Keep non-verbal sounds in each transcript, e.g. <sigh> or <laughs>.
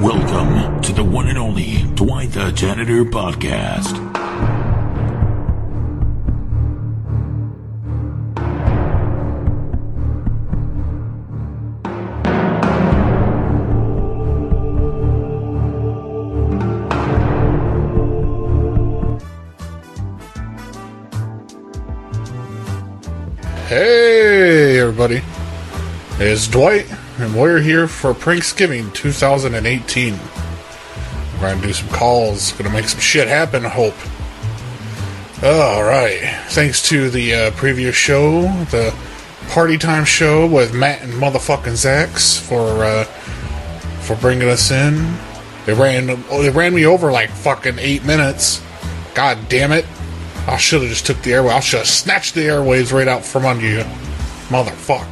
Welcome to the one and only Dwight the Janitor podcast. Hey, everybody. It's Dwight, and we're here for Pranksgiving 2018. We're going to do some calls, going to make some shit happen, I hope. All right. Thanks to the uh, previous show, the party time show with Matt and motherfucking Zax for uh, for bringing us in. They ran oh, they ran me over like fucking eight minutes. God damn it! I should have just took the airway. I should have snatched the airways right out from under you, motherfuck.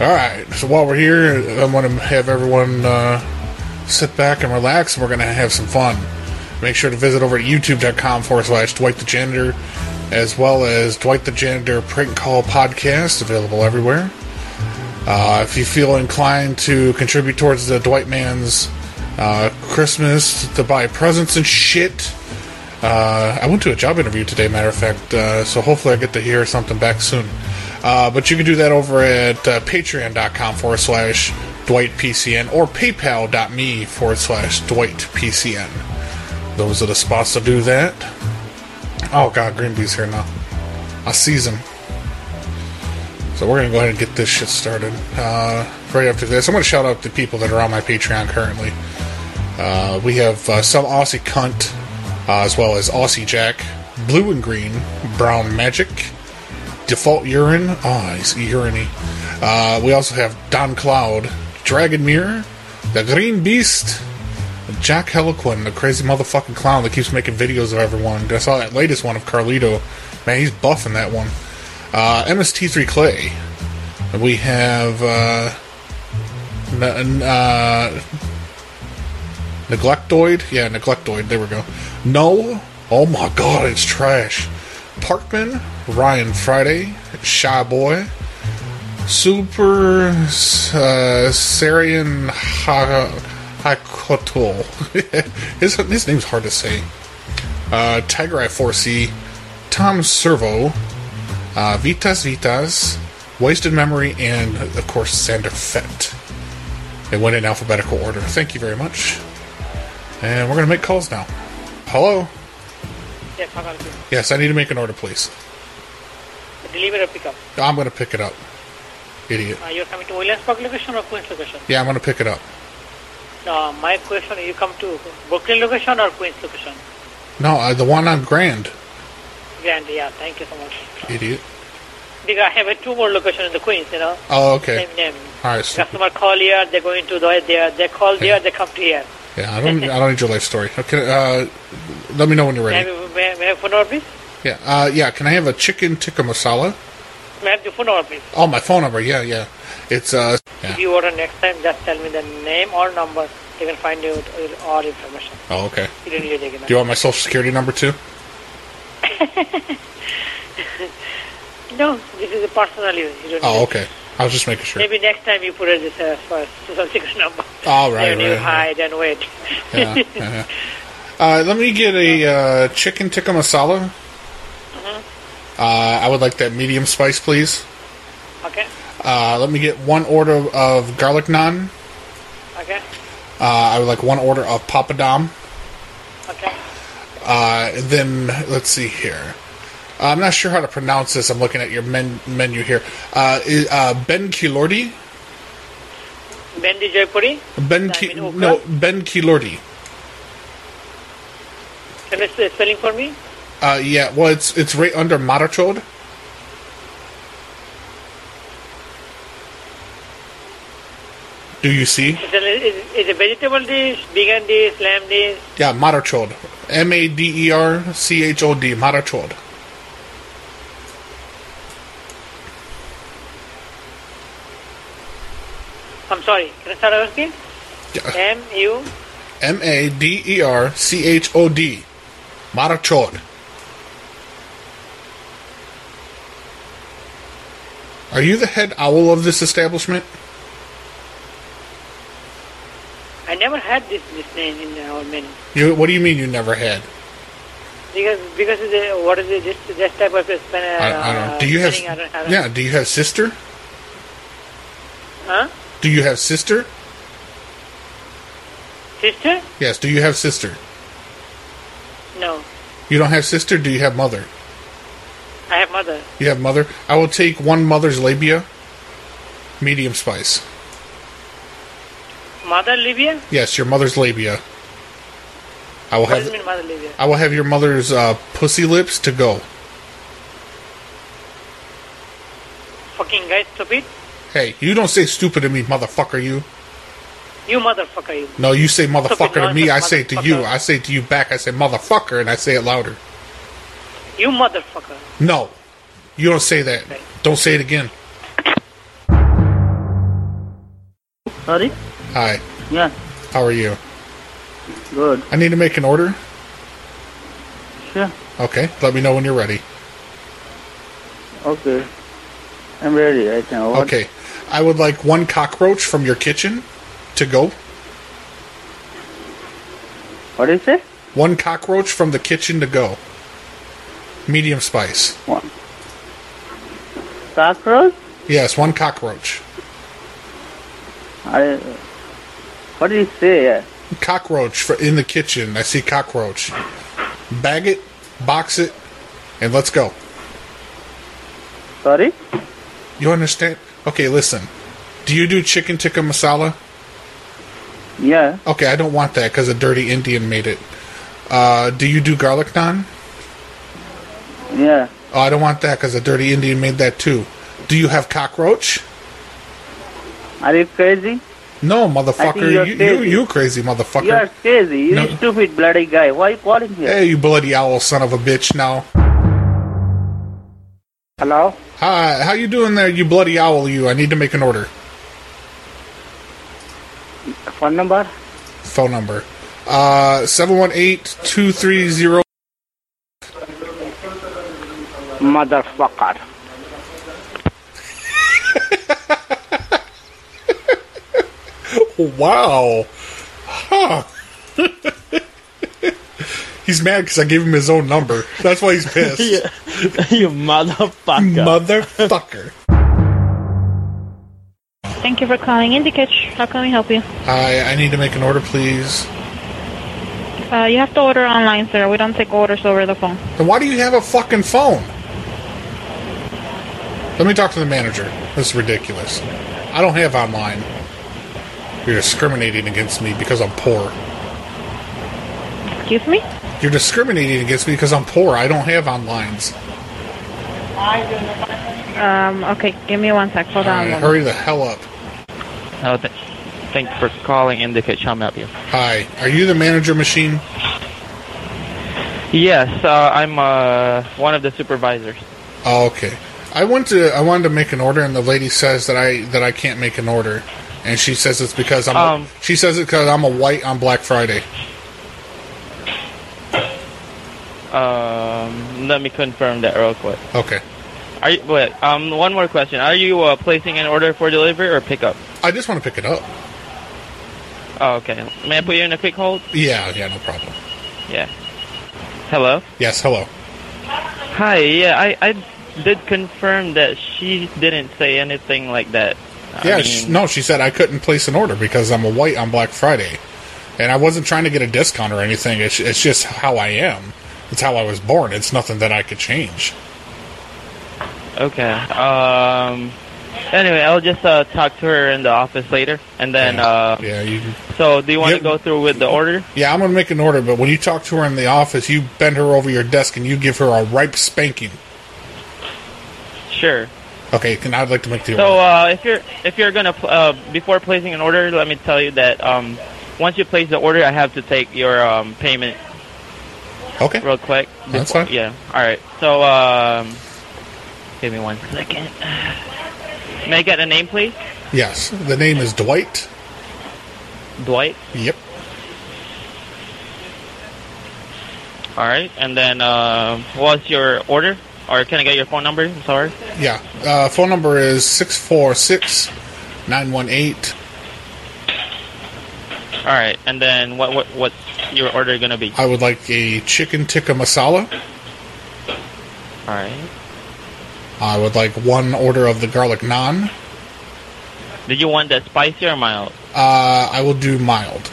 All right. So while we're here, I want to have everyone uh, sit back and relax. And we're going to have some fun. Make sure to visit over at youtube.com forward slash Dwight the Janitor, as well as Dwight the Janitor Prank Call Podcast, available everywhere. Uh, if you feel inclined to contribute towards the Dwight Man's uh, Christmas, to buy presents and shit, uh, I went to a job interview today, matter of fact, uh, so hopefully I get to hear something back soon. Uh, but you can do that over at uh, patreon.com forward slash DwightPCN or paypal.me forward slash DwightPCN. Those are the spots to do that. Oh god, Green Bee's here now. I seize him. So we're gonna go ahead and get this shit started. Uh, right after this, I'm gonna shout out the people that are on my Patreon currently. Uh, we have uh, some Aussie cunt, uh, as well as Aussie Jack, Blue and Green, Brown Magic, Default Urine. Oh, he's uriny. Uh, we also have Don Cloud, Dragon Mirror, the Green Beast, Jack Heliquin, the crazy motherfucking clown that keeps making videos of everyone. I saw that latest one of Carlito. Man, he's buffing that one. Uh, MST3 Clay. We have uh, n- n- uh, Neglectoid? Yeah, Neglectoid. There we go. No. Oh my god, it's trash. Parkman, Ryan Friday, Shy Boy, Super uh, Sarian Ha- Hakotul. <laughs> his, his name's hard to say. Uh, Tiger Eye 4C, Tom Servo, uh, Vitas Vitas, Wasted Memory, and of course Sander Fett. They went in alphabetical order. Thank you very much. And we're going to make calls now. Hello? Yes, how about you? Yes, I need to make an order, please. Delivery or pickup? I'm going to pick it up. Idiot. Uh, you're coming to Williamsburg location or Queens location? Yeah, I'm going to pick it up. No, my question you come to Brooklyn location or Queens location? No, uh, the one on Grand. Grand, yeah, thank you so much. Idiot. Because I have a two more location in the Queens, you know, Oh, okay. same name. All right. So, Customer call here, they go into the there, they call there, they come to here. yeah, I don't. I don't need your life story. Okay. Uh, let me know when you're May I ready. have, may, I- may I have phone number, please? Yeah. Uh, yeah. Can I have a chicken tikka masala? May I have the phone number, please? Oh, my phone number. Yeah, yeah. It's uh. If Yeah. you order next time, just tell me the name or number. They can find out all information. Oh, okay. You don't need to take it. Do you want my social security number too? <laughs> No, this is a personal use. You don't need Oh, it. okay. I was just making sure. Maybe next time you put uh, it as a first social security number. All right, Then you right, right. hide and wait. <laughs> Yeah, yeah. Uh, let me get a uh, chicken tikka masala. Uh-huh. Uh, I would like that medium spice, please. okay, Uh, let me get one order of garlic naan. okay, Uh, I would like one order of papadom. okay. Uh, then let's see here. Uh, I'm not sure how to pronounce this. I'm looking at your men- menu here. Uh, i- uh, ben Kilordi. Bendy Jaipuri. Ben Diamond Ki- okra? no Ben Kilordi. Can you spell spelling for me? Uh, yeah, well, it's it's right under Marachod. Do you see? It's a, it's, it's a vegetable dish, vegan dish, lamb dish. Yeah, Marachod. M A D E R C H O D. Marachod. I'm sorry. Can I start over again? M U M A D E R C H O D. Marachod. Are you the head owl of this establishment? I never had this, this name in our menu. You, what do you mean you never had? Because because of the, what is it? This this type of uh, span, uh, I, I don't know. Do you have? spelling, I don't- I don't- Yeah. Do you have sister? Huh? Do you have sister? Sister? Yes. Do you have sister? No, You don't have sister. Do you have mother? I have mother. You have mother. I will take one mother's labia, medium spice. Mother Libya? Yes, your mother's labia. I will What does have. it mean, mother Libya? I will have your mother's uh, pussy lips to go. Fucking guy, stupid. Hey, you don't say stupid to me, motherfucker. You. You motherfucker, you. No, you say motherfucker to Stupid me. I nonsense, say it to you. motherfucker. I say it to you back. I say motherfucker, and I say it louder. You motherfucker. No, you don't say that. Don't say it again. Sorry? Hi, Yeah, how are you? good. I need to make an order. Sure. Okay, let me know when you're ready. Okay. I'm ready right now. What? Okay, I would like one cockroach from your kitchen to go. What is it? One cockroach from the kitchen to go. Medium spice. One. Cockroach? Yes, one cockroach. I. What do you say? Cockroach for in the kitchen. I see cockroach. Bag it, box it, and let's go. Sorry? You understand? Okay, listen. Do you do chicken tikka masala? Yeah. Okay, I don't want that because a dirty Indian made it. Uh, do you do garlic naan? Yeah. Oh, I don't want that because a dirty Indian made that too. Do you have cockroach? Are you crazy? No, I think motherfucker. you're You, you, crazy. you crazy motherfucker. You are crazy. You No. stupid bloody guy. Why you calling here? Hey, <laughs> you bloody owl son of a bitch now. Hello? Hi, how you doing there, you bloody owl you? I need to make an order. Phone number? Phone number. Uh, 718-230... Motherfucker. <laughs> Wow. Huh. <laughs> he's mad because I gave him his own number. That's why <laughs> he's pissed. you motherfucker. <laughs> Motherfucker. Thank you for calling IndyCatch. How can we help you? Hi, I need to make an order, please. Uh, you have to order online, sir. We don't take orders over the phone. And why do you have a fucking phone? Let me talk to the manager. This is ridiculous. I don't have online. You're discriminating against me because I'm poor. Excuse me? You're discriminating against me because I'm poor. I don't have onlines. Um, okay, give me one sec. Hold on. Alright, a moment. hurry the hell up. Oh, th- thank you for calling Indicate. How may I help you? Hi, are you the manager machine? Yes, uh, I'm uh, one of the supervisors. Oh, okay. I went to I wanted to make an order, and the lady says that I that I can't make an order, and she says it's because I'm Um. a, she says it because I'm a white on Black Friday. Um, let me confirm that real quick. Okay. Are you, wait, um, one more question. Are you uh, placing an order for delivery or pickup? I just want to pick it up. Oh, okay. May I put you in a quick hold? Yeah, yeah, no problem. Yeah. Hello? Yes, hello. Hi, yeah, I, I did confirm that she didn't say anything like that. I yeah, mean, sh no, she said I couldn't place an order because I'm a white on Black Friday, and I wasn't trying to get a discount or anything. It's it's just how I am. It's how I was born. It's nothing that I could change. Okay. Um. Anyway, I'll just uh, talk to her in the office later, and then. yeah, Uh, yeah, you. can- So, do you want Yep. to go through with the order? Yeah, I'm gonna make an order, but when you talk to her in the office, you bend her over your desk and you give her a ripe spanking. Sure. Okay, then I'd like to make the So, order. uh, if you're if you're gonna pl- uh, before placing an order, let me tell you that um, once you place the order, I have to take your um, payment Okay. real quick. That's Before- fine. Yeah. All right. So, um, give me one second. May I get a name, please? Yes, the name is Dwight. Dwight. Yep. All right. And then, uh, what's your order? Or can I get your phone number? I'm sorry. Yeah. Uh, phone number is 646 918 All right, and then what what what's your order gonna be? I would like a chicken tikka masala. All right. I would like one order of the garlic naan. Did you want that spicy or mild? Uh, I will do mild.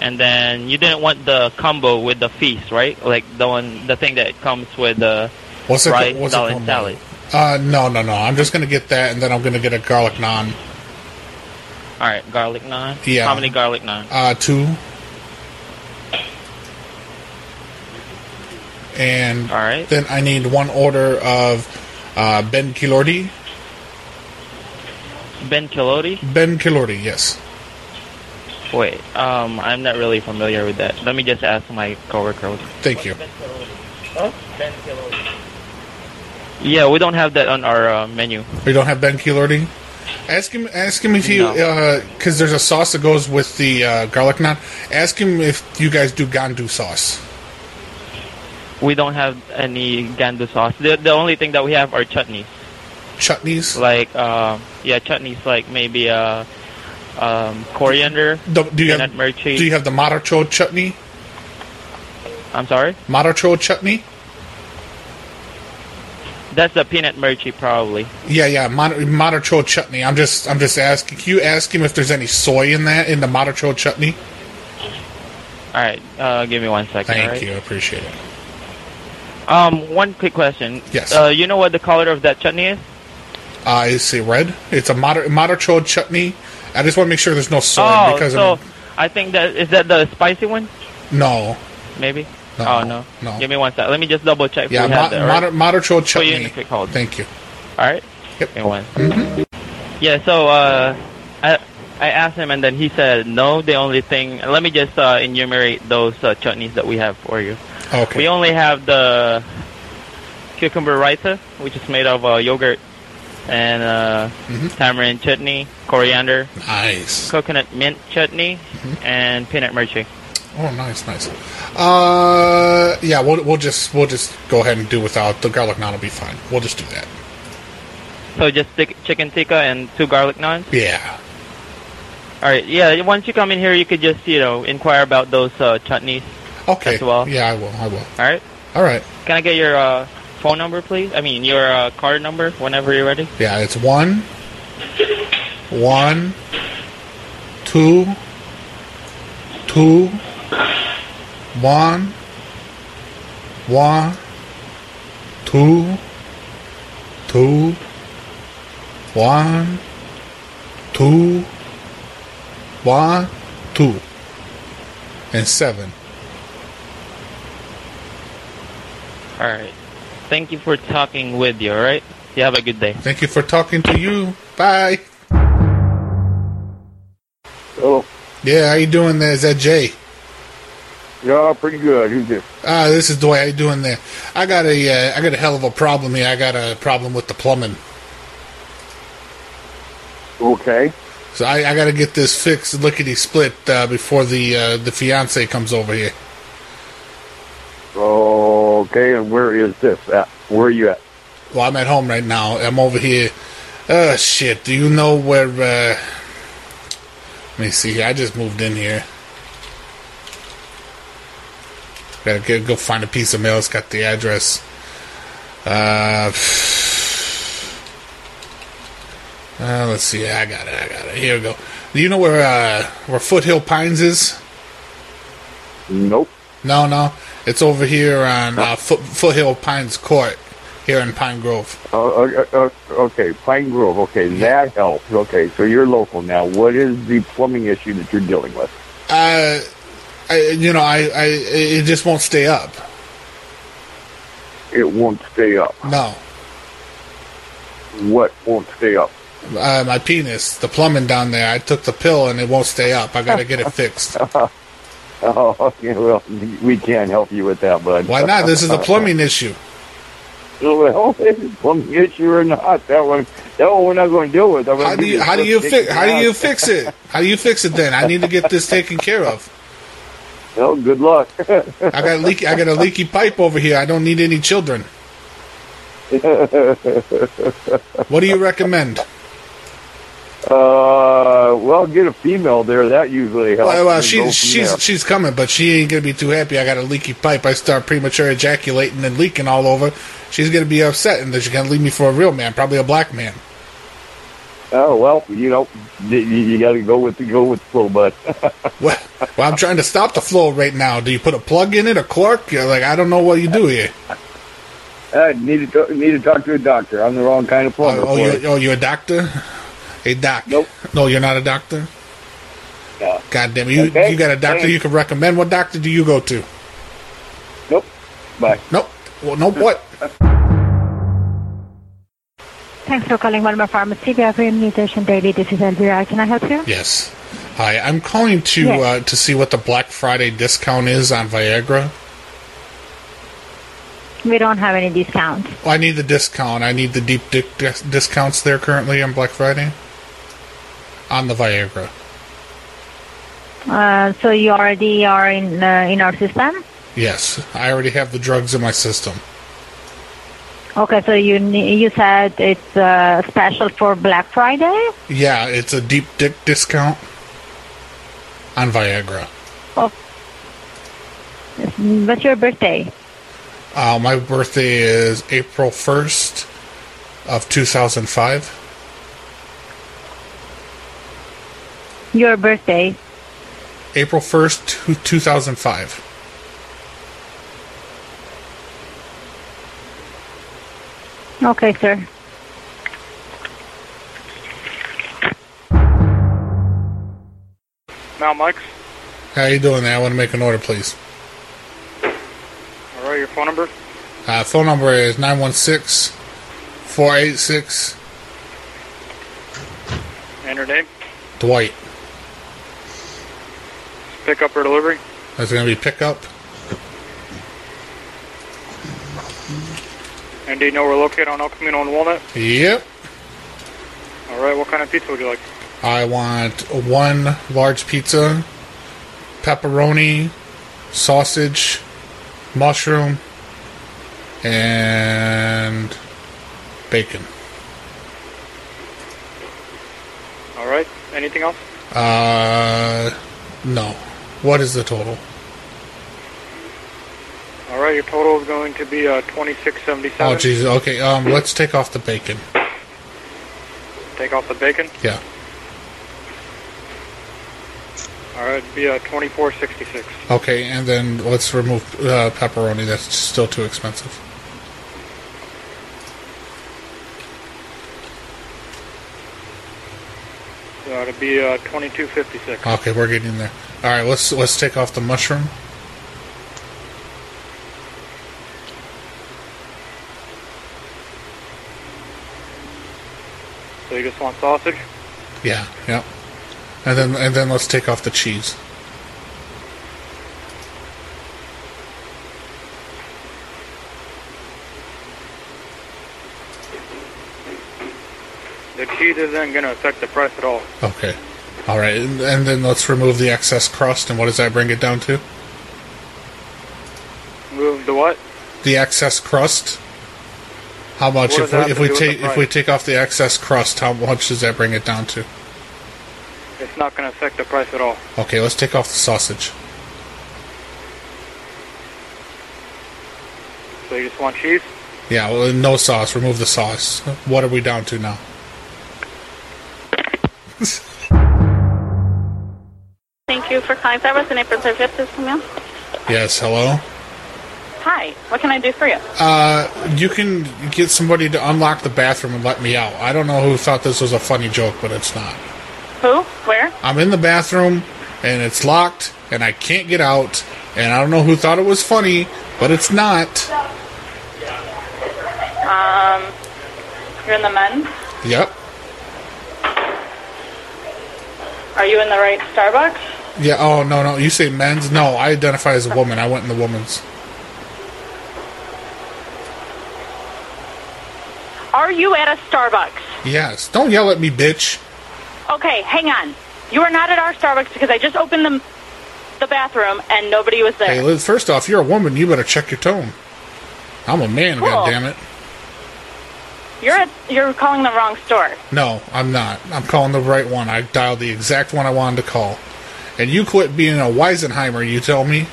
And then you didn't want the combo with the feast, right? Like the one, the thing that comes with the What's it? rice, what's dal, it and called? salad. Uh, no, no, no. I'm just gonna get that, and then I'm gonna get a garlic naan. All right, garlic naan. Yeah. How many garlic naan? Uh, two. And All right. then I need one order of uh, Ben Kilordi. Ben Kiloti. Ben Kilordi, yes. Wait, um, I'm not really familiar with that. Let me just ask my coworker. Thank you. Yeah, we don't have that on our uh, menu. We don't have Ben Kilordi. Ask him. Ask him if you, No. because there's a sauce that goes with the uh, garlic naan. Ask him if you guys do gandu sauce. We don't have any gandu sauce. The, the only thing that we have are chutneys. chutneys. Like, uh, yeah, chutneys like maybe uh, um, coriander, Do, do you peanut have mirchi. Do you have the Maracho chutney? I'm sorry? Maracho chutney? That's the peanut mirchi probably. Yeah, yeah, Mon- Maracho chutney. I'm just I'm just asking. Can you ask him if there's any soy in that in the Maracho chutney? All right, uh, give me one second. Thank all right? you, I appreciate it. Um, one quick question. Yes. Uh, you know what the color of that chutney is? I see Uh, red. It's a Mar- Maracho chutney. I just want to make sure there's no soy oh, because so I'm, I think that is that the spicy one, no, maybe. No, oh no. no. Give me one sec. Let me just double check. if yeah, we ma- have that, all right? Mar- Maracho Put you in a chutney. quick hold. Thank you. All right. Yep. Mm-hmm. Give me one. Yeah. So uh, I I asked him and then he said no. The only thing. Let me just uh, enumerate those uh, chutneys that we have for you. Okay. We only have the cucumber raita, which is made of uh, yogurt and uh, tamarind chutney, coriander, Mm-hmm. nice. Mm-hmm. coconut mint chutney, and peanut mirchi. Oh, nice, nice. Uh, yeah, we'll, we'll just we'll just go ahead and do without the garlic naan. Will be fine. We'll just do that. So just stick chicken tikka and two garlic naans. Yeah. All right, yeah. Once you come in here, you could just you know inquire about those uh, chutneys. Okay. as well. Yeah, I will. I will. All right. All right. Can I get your uh, phone number, please? I mean your uh, card number whenever you're ready. Yeah, it's one, one, two, two, one, one, two, two, one, two, one, two, and seven. All right. Thank you for talking with you. All right. You have a good day. Thank you for talking to you. Bye. Oh, Yeah, how you doing there? Is that Jay? yeah, pretty good. Who's this? Ah, this is the way I do in there. I got a, uh, I got a hell of a problem here. I got a problem with the plumbing, Okay. so I, I got to get this fixed lickety split uh, before the uh, the fiance comes over here. Okay, and where is this at? Where are you at? Well, I'm at home right now. I'm over here. Oh shit! Do you know where? Uh... Let me see. here. I just moved in here. Gotta get, go find a piece of mail. It's got the address. Uh, <sighs> uh, let's see. I got it. I got it. Here we go. Do you know where uh, where Foothill Pines is? Nope. No, no. It's over here on uh, Foot, Foothill Pines Court here in Pine Grove. Oh, Uh, uh, uh, okay, Pine Grove. Okay, that helps. Okay, so you're local now. What is the plumbing issue that you're dealing with? uh, I, you know, I, I, it just won't stay up. It won't stay up. No, What won't stay up? <laughs> uh, my penis, the plumbing down there. I took the pill and it won't stay up. I gotta get it fixed. Oh, okay, well, we can't help you with that, bud. Why not? This is <laughs> a plumbing issue. Well, if it's a plumbing issue or not, that one, that one we're not going to deal with. I'm gonna How do give you, a how do swift you kick fix, in how do the you ass. fix it? How do you fix it then? I need to get this taken care of. Well, good luck. I got leaky, I got a leaky pipe over here. I don't need any children. What do you recommend? Uh, uh, well, get a female there. That usually helps. Well, well and go she, from she's there. she's coming, but she ain't gonna be too happy. I got a leaky pipe. I start premature ejaculating and leaking all over. She's gonna be upset, and then she's gonna leave me for a real man, probably a black man. Oh well, you know, you, you got to go with the go with the flow, bud. <laughs> Well, well, I'm trying to stop the flow right now. Do you put a plug in it, a cork? You're like I don't know what you do here. I need to talk, need to talk to a doctor. I'm the wrong kind of plumber. Oh, oh, for you it. oh, you're a doctor? Hey, doc. Nope. No, you're not a doctor. No. God damn it! You Okay. you got a doctor Hey. you can recommend? What doctor do you go to? Nope. Bye. Nope. Well, nope. What? Thanks for calling Walmart Pharmacy. We are in mutation daily. This is Elvira. Can I help you? Yes. Hi, I'm calling to Yes. uh, to see what the Black Friday discount is on Viagra. We don't have any discounts. Well, I need the discount. I need the deep dick dis- discounts there currently on Black Friday on the Viagra. Uh, so you already are in uh, in our system. Yes, I already have the drugs in my system. Okay, so you ne- you said it's uh, special for Black Friday. Yeah, it's a deep dick discount on Viagra. What's your birthday? Uh, my birthday is April 1st of 2005. Your birthday. April 1st, to 2005. Okay, sir. Now, Mike's. How you doing there? I want to make an order, please. All right, your phone number. Uh, phone number is 916 486 And your name. Dwight. Pick up or delivery. That's going to be pickup. And do you know we're located on El Camino and Walnut? Yep. All right, what kind of pizza would you like? I want one large pizza, pepperoni, sausage, mushroom, and bacon. All right, anything else? Uh, no. What is the total? All right, your total is going to be uh, twenty-six seventy-seven. Oh, Jesus. Okay. Um, let's take off the bacon. Take off the bacon. Yeah. All right, it'd be uh, twenty-four sixty-six. Okay, and then let's remove uh, pepperoni. That's still too expensive. So it'd be uh, twenty-two fifty-six. Okay, we're getting there. All right, let's let's take off the mushroom. So you just want sausage? Yeah. Yep. And then and then let's take off the cheese. The cheese isn't going to affect the price at all. Okay. All right, and, and then let's remove the excess crust. And what does that bring it down to? Move the what? The excess crust. How What much does if we that have if to we do with the take if we price? take off the excess crust? How much does that bring it down to? It's not going to affect the price at all. Okay, let's take off the sausage. So you just want cheese? Yeah, well, no sauce. Remove the sauce. What are we down to now? Thank you for calling Fabrics and April Service. This is Camille. Yes, hello. Hi, what can I do for you? Uh, you can get somebody to unlock the bathroom and let me out. I don't know who thought this was a funny joke, but it's not. Who? Where? I'm in the bathroom and it's locked and I can't get out. And I don't know who thought it was funny, but it's not. Um, you're in the men's. Yep. Are you in the right Starbucks? Yeah. Oh no, no. You say men's? No, I identify as a woman. I went in the woman's. Are you at a Starbucks? Yes. Don't yell at me, bitch. Okay, hang on. You are not at our Starbucks because I just opened the, the bathroom and nobody was Hey, there. Liz, first off, you're a woman. You better check your tone. I'm a man. Cool. God damn it. You're at, you're calling the wrong store. No, I'm not. I'm calling the right one. I dialed the exact one I wanted to call. And you quit being a Weisenheimer, you tell me?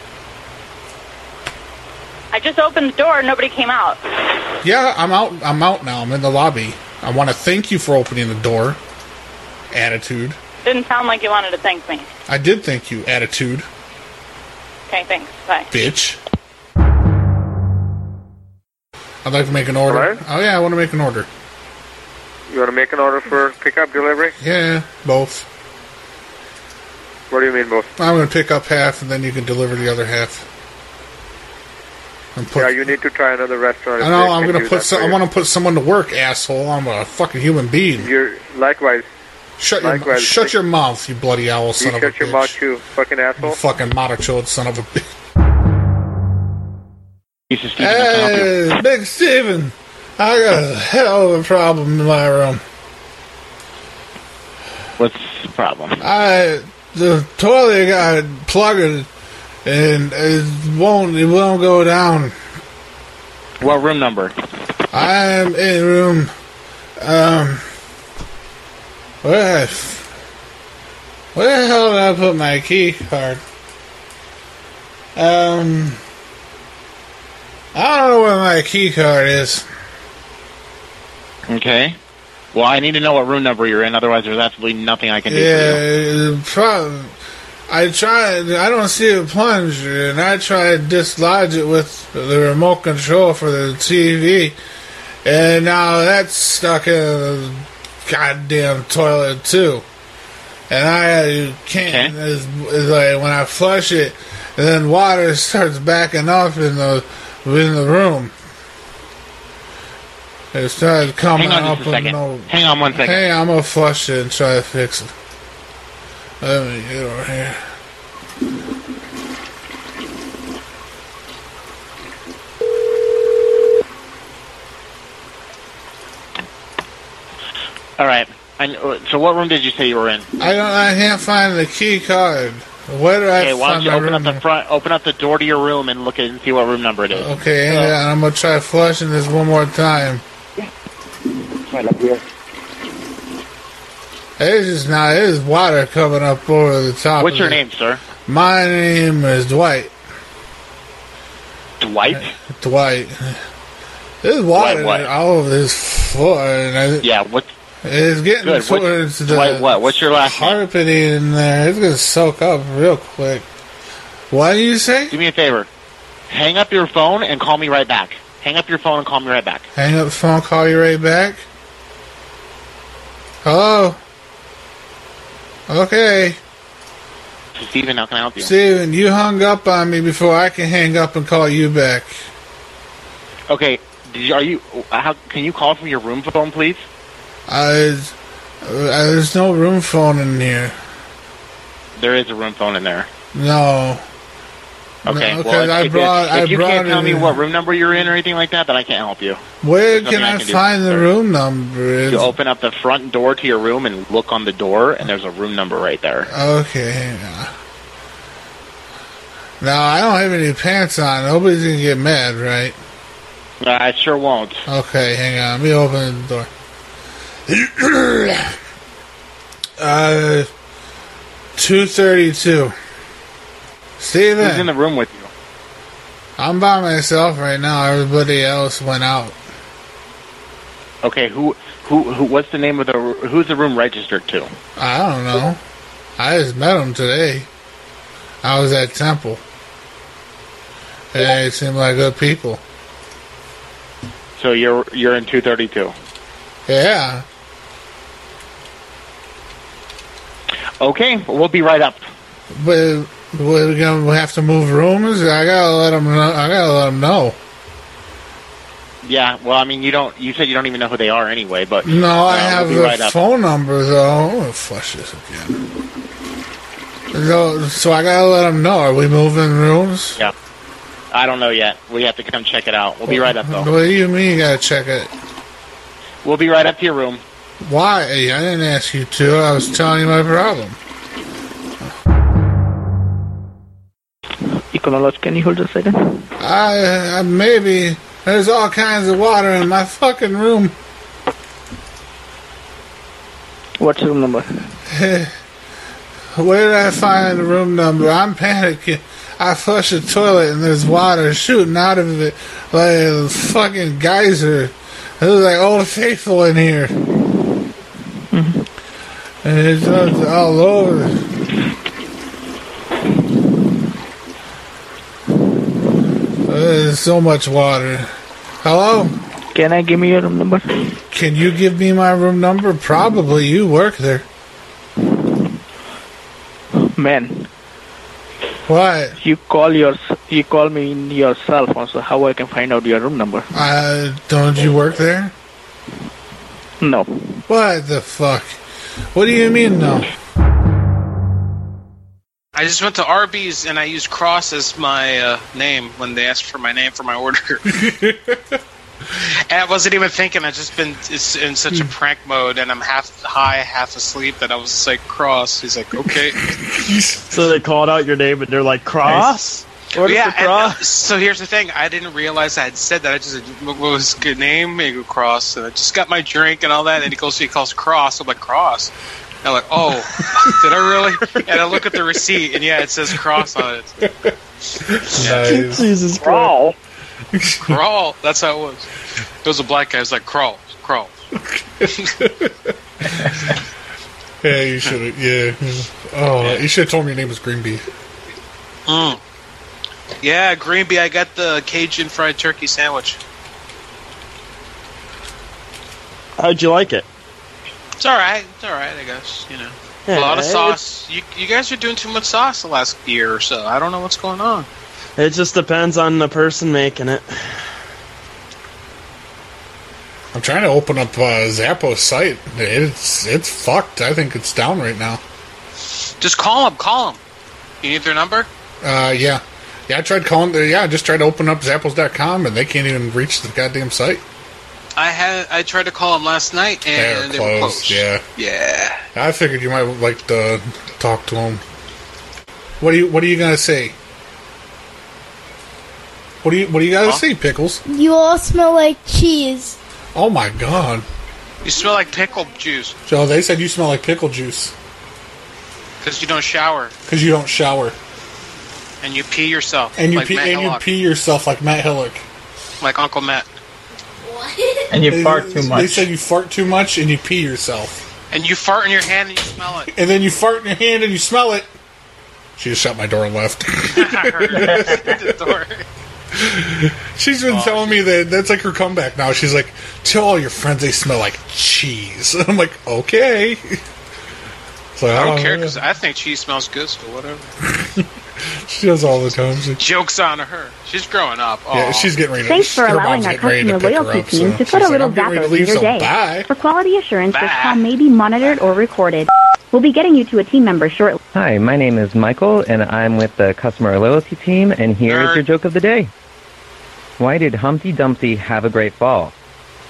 I just opened the door. Nobody came out. Yeah, I'm out. I'm out now. I'm in the lobby. I want to thank you for opening the door. Attitude. Didn't sound like you wanted to thank me. I did thank you, attitude, Okay, thanks. Bye. bitch. I'd like to make an order. Oh yeah, I want to make an order. You want to make an order for pickup delivery? Yeah, both. What do you mean both? I'm gonna pick up half, and then you can deliver the other half. And put. yeah, you need to try another restaurant. I know. I'm gonna put. Some, I want to put someone to work, asshole. I'm a fucking human being. You're likewise. Shut your likewise, shut your mouth, you bloody owl, You son of a shut your bitch. mouth, you fucking asshole. You fucking macho son of a bitch. Hey, Big Steven, I got a hell of a problem in my room. What's the problem? I the toilet got plugged, and it won't it won't go down. What room number? I'm in room, um, where the f- where the hell did I put my key card? Um, I don't know where my key card is. Okay. Well, I need to know what room number you're in. Otherwise, there's absolutely nothing I can do for you. Yeah, prob- I tried. I don't see a plunge, and I tried to dislodge it with the remote control for the TV, and now that's stuck in the goddamn toilet too. And I can't. It's, it's like when I flush it, and then water <laughs> starts backing up in the in the room. It started coming Hang on up just a with second. no Hang on one second. Hey, I'm gonna flush it and try to fix it. Let me get over here. All right. I kn- so, what room did you say you were in? I don't. I can't find the key card. Where do Okay, I why don't find you my open up room? Uh, the front, open up the door to your room, and look at and see what room number it is. Okay, hang on. I'm gonna try flushing this one more time. It's just now. There's water coming up over the top. What's of your it. name, sir? My name is Dwight. Dwight. Dwight. There's water Dwight what? all over this floor, and I, Yeah. What? it's getting Good. What- towards the Dwight. What? What's your last name? carpeting in there. It's gonna soak up real quick. What do you say? Do me a favor. Hang up your phone and call me right back. Hang up your phone and call me right back. Hang up the phone, call you right back. Hello. Okay, Steven, how can I help you? Steven, you hung up on me before I can hang up and call you back. Okay. Did you, are you? How can you call from your room phone, please? I, I there's no room phone in here. There is a room phone in there. No. Okay. No, well, if, 'cause I if- brought- if I you brought can't tell it me in. what room number you're in or anything like that, then I can't help you. Where There's can nothing I I, can do, find the room number? It's- You open up the front door to your room and look on the door, and there's a room number right there. Okay, hang on. Now I don't have any pants on. Nobody's gonna get mad, right? I sure won't. Okay, hang on. Let me open the door. <clears throat> uh, two thirty-two. Steven, Who's in the room with you? I'm by myself right now. Everybody else went out. Okay, who, who, who? What's the name of the? Who's the room registered to? I don't know. I just met him today. I was at Temple. And they seemed like good people. So you're you're in 232. Yeah. Okay, we'll be right up. But we're gonna have to move rooms. I gotta let them know. I gotta let them know. Yeah. Well, I mean, you don't. You said you don't even know who they are anyway, but No, I uh, have we'll the be right up. phone number though. I'm gonna flush this again. No, so I gotta let them know. Are we moving rooms? Yeah. I don't know yet. We have to come check it out. We'll Oh, be right up though. What do you mean? You gotta check it? We'll be right up to your room. Why? I didn't ask you to. I was telling you my problem. Econology, can you hold a second? I, I maybe there's all kinds of water in my fucking room. What's room number? <laughs> Where did I find the room number? I'm panicking. I flush the toilet and there's water shooting out of it like a fucking geyser. It was like old faithful in here. Mm-hmm. And it's just all over. There's so much water. Hello? Can I give me your room number? Can you give me my room number? Probably. You work there. Man, What? you call your you call me in your cell phone. So how I can find out your room number? Uh, don't you work there? No. What the fuck? What do you mean, no? I just went to Arby's and I used Cross as my uh, name when they asked for my name for my order. and I wasn't even thinking. I just been it's in such a prank mode, and I'm half high, half asleep. That I was just like Cross. He's like, okay. so they called out your name and they're like, Cross? What is yeah. the and, cross? uh, so here's the thing. I didn't realize I had said that. I just said, what was a good name? And he go Cross. And I just got my drink and all that. And he goes, he calls Cross. I'm like Cross. And I'm like, oh, <laughs> did I really? And I look at the receipt, and yeah, it says Cross on it. <laughs> Jesus Crawl. crawl. That's how it was. It was a black guy. It was like, crawl, <laughs> crawl. Yeah, you should have. Yeah. Oh, you should have told me your name was Green Bee. Mm. Yeah, Green Bee, I got the Cajun fried turkey sandwich. How'd you like it? It's all right. It's all right, I guess. You know, Yeah, a lot of it's- sauce. You, you guys are doing too much sauce the last year or so. I don't know what's going on. It just depends on the person making it. I'm trying to open up uh, Zappos site. It's it's fucked. I think it's down right now. Just call them. Call them. You need their number? Uh, yeah, yeah. I tried calling. Yeah, I just tried to open up Zappos.com and they can't even reach the goddamn site. I had. I tried to call them last night, They're and they were closed. closed. Yeah. Yeah. I figured you might like to talk to him. What do you What are you gonna say? What do you What do you gotta say, pickles? You all smell like cheese. Oh my god! You smell like pickle juice So they said you smell like pickle juice because you don't shower because you don't shower and you pee yourself. and you like pee Matt and you Hillock, pee yourself like Matt Hillock. like Uncle Matt, And you fart too They much. said you fart too much and you pee yourself, and you fart in your hand and you smell it. and then you fart in your hand and you smell it. She just shut my door and <laughs> left. She's been telling me that that's like her comeback now. She's like, tell all your friends they smell like cheese. <laughs> I'm like, okay. <laughs> So uh, I don't care because I think she smells good, so <laughs> whatever. She does all the time. She- Jokes on her. She's growing up. yeah, Aw. she's getting ready. Thanks to, for her allowing mom's our getting ready customer pick her loyalty up, team so to she's put a like, little "I'm getting ready zapper to in your leave, so day. bye." For quality assurance, this call may be monitored or recorded. We'll be getting you to a team member shortly. Hi, my name is Michael, and I'm with the customer loyalty team, and here is your joke of the day. Why did Humpty Dumpty have a great fall?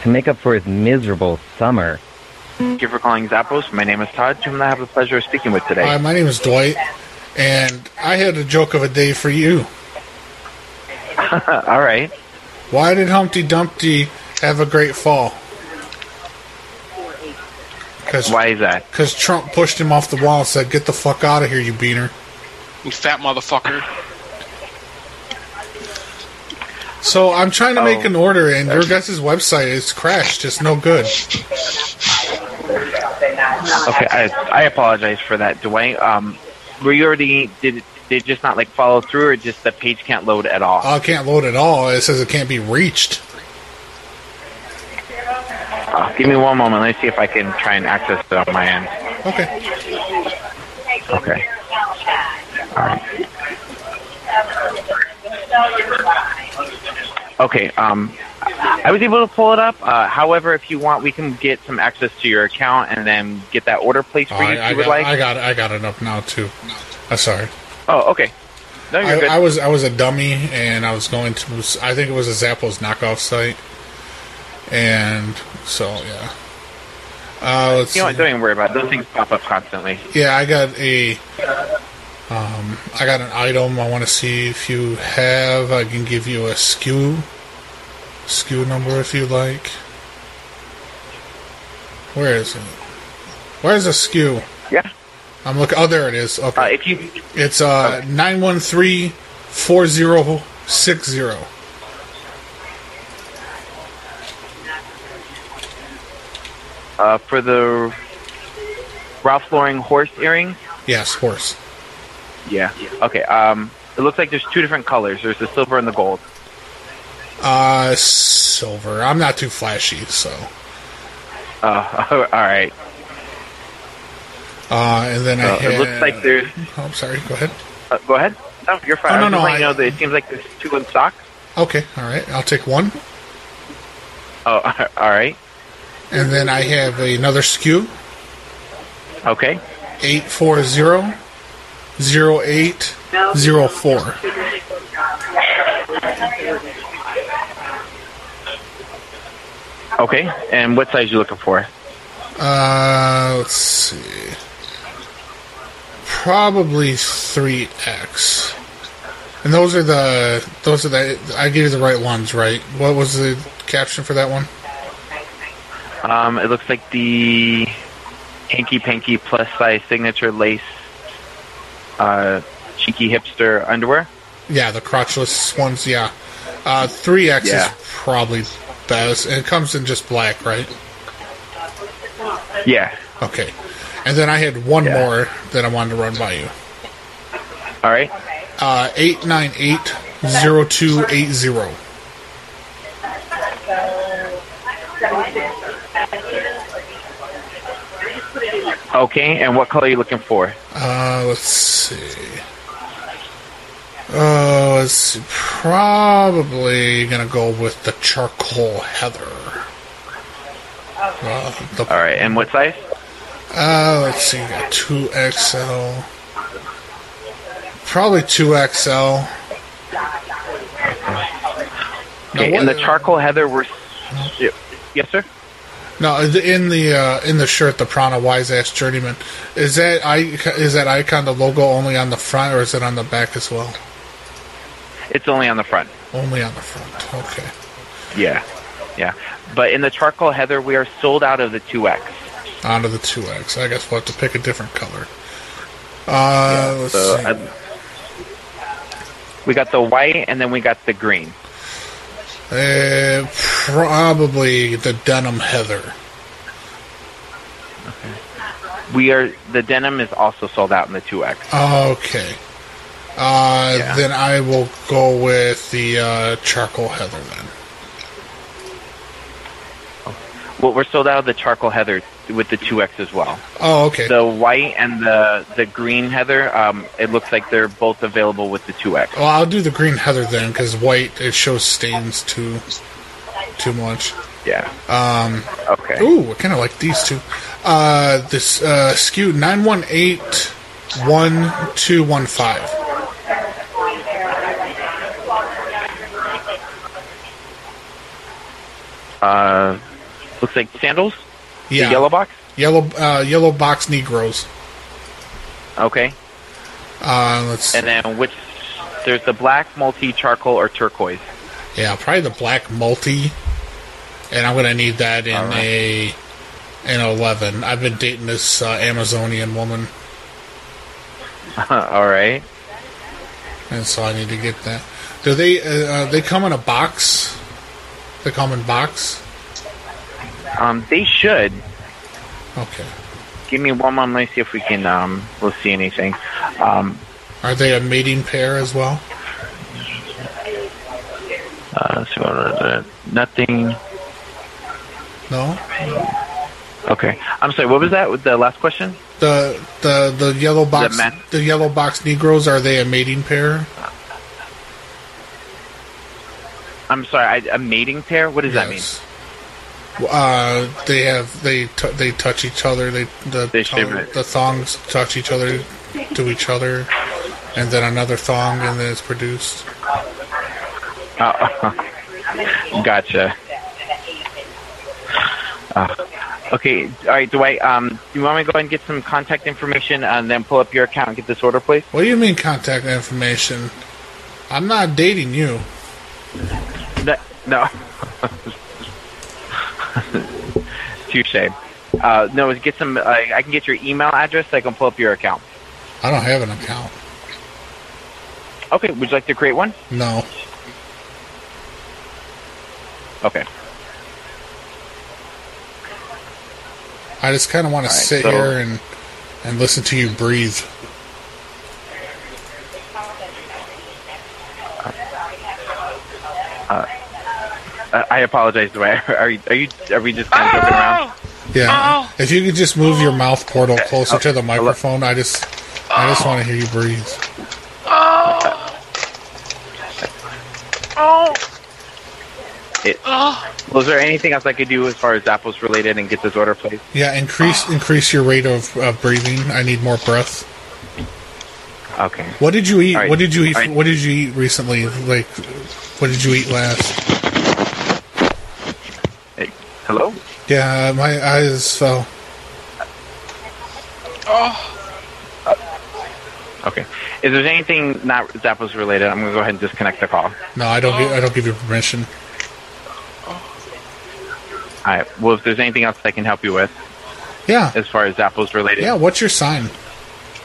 To make up for his miserable summer. Thank you for calling Zappos. My name is Todd. Whom I have the pleasure of speaking with today. Hi, my name is Dwight, and I had a joke of a day for you. <laughs> All right. Why did Humpty Dumpty have a great fall? Cause, Why is that? Because Trump pushed him off the wall and said, "Get the fuck out of here, you beaner." You fat motherfucker. So I'm trying to Oh. make an order, and your guys' website is crashed. It's no good. Okay, I, I apologize for that, Dwight. Um, were you already did did just not like follow through, or just the page can't load at all? I can't load at all. It says it can't be reached. Uh, give me one moment. Let me see if I can try and access it on my end. Okay. Okay. Okay. Um, I was able to pull it up. Uh, however, if you want, we can get some access to your account and then get that order placed for you if I, I you would got, like. I got, I got it up now too. I'm sorry. Oh, okay. No, you're I, good. I was I was a dummy, and I was going to. I think it was a Zappos knockoff site, and so yeah. Uh, let's you know what? see. Don't even worry about it. Those things pop up constantly. Yeah, I got a. Um, I got an item. I want to see if you have. I can give you a SKU, SKU number if you like. Where is it? Where's a skew? Yeah. Uh, I'm looking. Oh, there it is. Okay. if you, it's uh nine one three four zero six zero. uh, for the Ralph Lauren horse earrings. Yes, horse. Yeah. Okay. Um, it looks like there's two different colors. There's the silver and the gold. Uh, silver. I'm not too flashy, so. Uh, <laughs> all right. Uh, and then I Uh, had. it looks like there's. Oh, I'm sorry. Go ahead. Uh, go ahead. No, you're fine. Oh, no, I was just no, letting you I- know that it seems like there's two in stock. Okay. All right. I'll take one. Oh, <laughs> all right. And then I have another skew. Okay. Eight four zero zero eight zero four. Okay. And what size you looking for? Uh, let's see. Probably three X. And those are the those are the I gave you the right ones, right? What was the caption for that one? Um, it looks like the hanky panky plus size signature lace, uh, cheeky hipster underwear. Yeah, the crotchless ones. Yeah, uh, three X Yeah. is probably best. And it comes in just black, right? Yeah. Okay. And then I had one more that I wanted to run by you. All right. Uh, eight nine eight zero two eight zero. Okay. And what color are you looking for? Uh, let's see. Uh, let's see. Probably gonna go with the charcoal heather. Uh, the, All right. And what size? uh, let's see. Got two XL. Probably two XL. Okay. what- and the charcoal heather were. y- Yes, sir. No, the- in the uh, in the shirt, the Prana Wise Ass Journeyman. Is that I is that icon the logo only on the front, or is it on the back as well? It's only on the front. Only on the front. Okay. Yeah. Yeah. But in the charcoal heather, we are sold out of the two X. onto the 2X. I guess we'll have to pick a different color. Uh, let's So see. I- we got the white, and then we got the green. Uh, probably the denim heather. We are the denim is also sold out in the two X. Okay. Uh, Yeah. Then I will go with the uh, charcoal heather then. Well, we're sold out of the charcoal heather with the two X as well. Oh, okay. The white and the the green heather, um, it looks like they're both available with the two X. Well, I'll do the green heather then because white it shows stains too too much. Yeah. Um, okay. Ooh, I kind of like these two. Uh, this uh, skew nine one eight one two one five. Uh, looks like sandals. Yeah. The yellow box. Yellow uh, yellow box Negroes. Okay. Uh, let's. And then which? There's the black, multi, charcoal, or turquoise. Yeah, probably the black multi, and I'm gonna need that in a an eleven. I've been dating this uh, Amazonian woman, <laughs> All right. and so I need to get that. Do they uh, uh, they come in a box? They come in box. Um, they should. Okay. Give me one moment. Let me see if we can. Um, we'll see anything. Um, Are they a mating pair as well? uh, so, uh, nothing. No. Okay. I'm sorry. What was that? With the last question? The the the yellow box The the, men. yellow box Negroes are they a mating pair? I'm sorry. I, a mating pair. What does Yes. Uh, they have they t- they touch each other. They the They thong- shiver. the thongs touch each other to each other, and then another thong, and then it's produced. that mean? Uh, gotcha. Uh, okay. All right, Dwight. Um, do you want me to go ahead and get some contact information and then pull up your account and get this order, please? What do you mean contact information? I'm not dating you. No. no. Touche. Uh, no, get some. Uh, I can get your email address. So I can pull up your account. I don't have an account. Okay. Would you like to create one? No. Okay. I just kind of want All to right, sit so- here and and listen to you breathe. Uh, uh, I apologize. Do I, <laughs> are you? Are you? Are we just kind of joking around? Yeah. If you could just move your mouth portal closer to the microphone, I just I just want to hear you breathe. Oh. It, Was there anything else I could do as far as apples related and get this order placed? Yeah, increase increase your rate of, of breathing. I need more breath. Okay. What did you eat? All right. What did you eat? All right. What did you eat recently? Like, what did you eat last? Hey, hello. Yeah, my eyes fell. Oh. Okay. If there's anything not Zappos related, I'm going to go ahead and disconnect the call. No, I don't. Give, I don't give you permission. All right. Well, if there's anything else I can help you with. Yeah. As far as Zappos related. Yeah. What's your sign?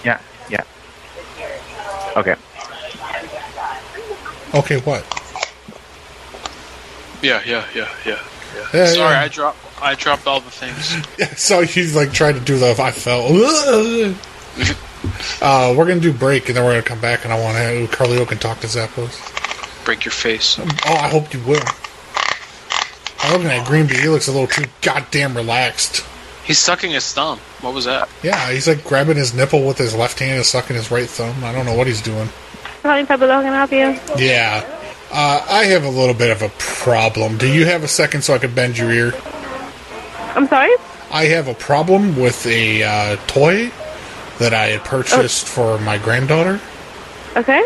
Yeah. Yeah. Okay. Okay. What? <laughs> Yeah, yeah, yeah, yeah. Yeah, Sorry, yeah. I dropped. I dropped all the things. so he's like trying to do the I fell. <laughs> uh, we're gonna do break and then we're gonna come back and I want to Carlito can talk to Zappos. Break your face. Oh, I hope you will. I'm looking at Green Bee. He looks a little too goddamn relaxed. He's sucking his thumb. What was that? Yeah, he's like grabbing his nipple with his left hand and sucking his right thumb. I don't know what he's doing. Calling Pablo, can I help you? Yeah. Uh, I have a little bit of a problem. Do you have a second so I could bend your ear? I'm sorry? I have a problem with a uh, toy that I had purchased for my granddaughter. Oh. Okay.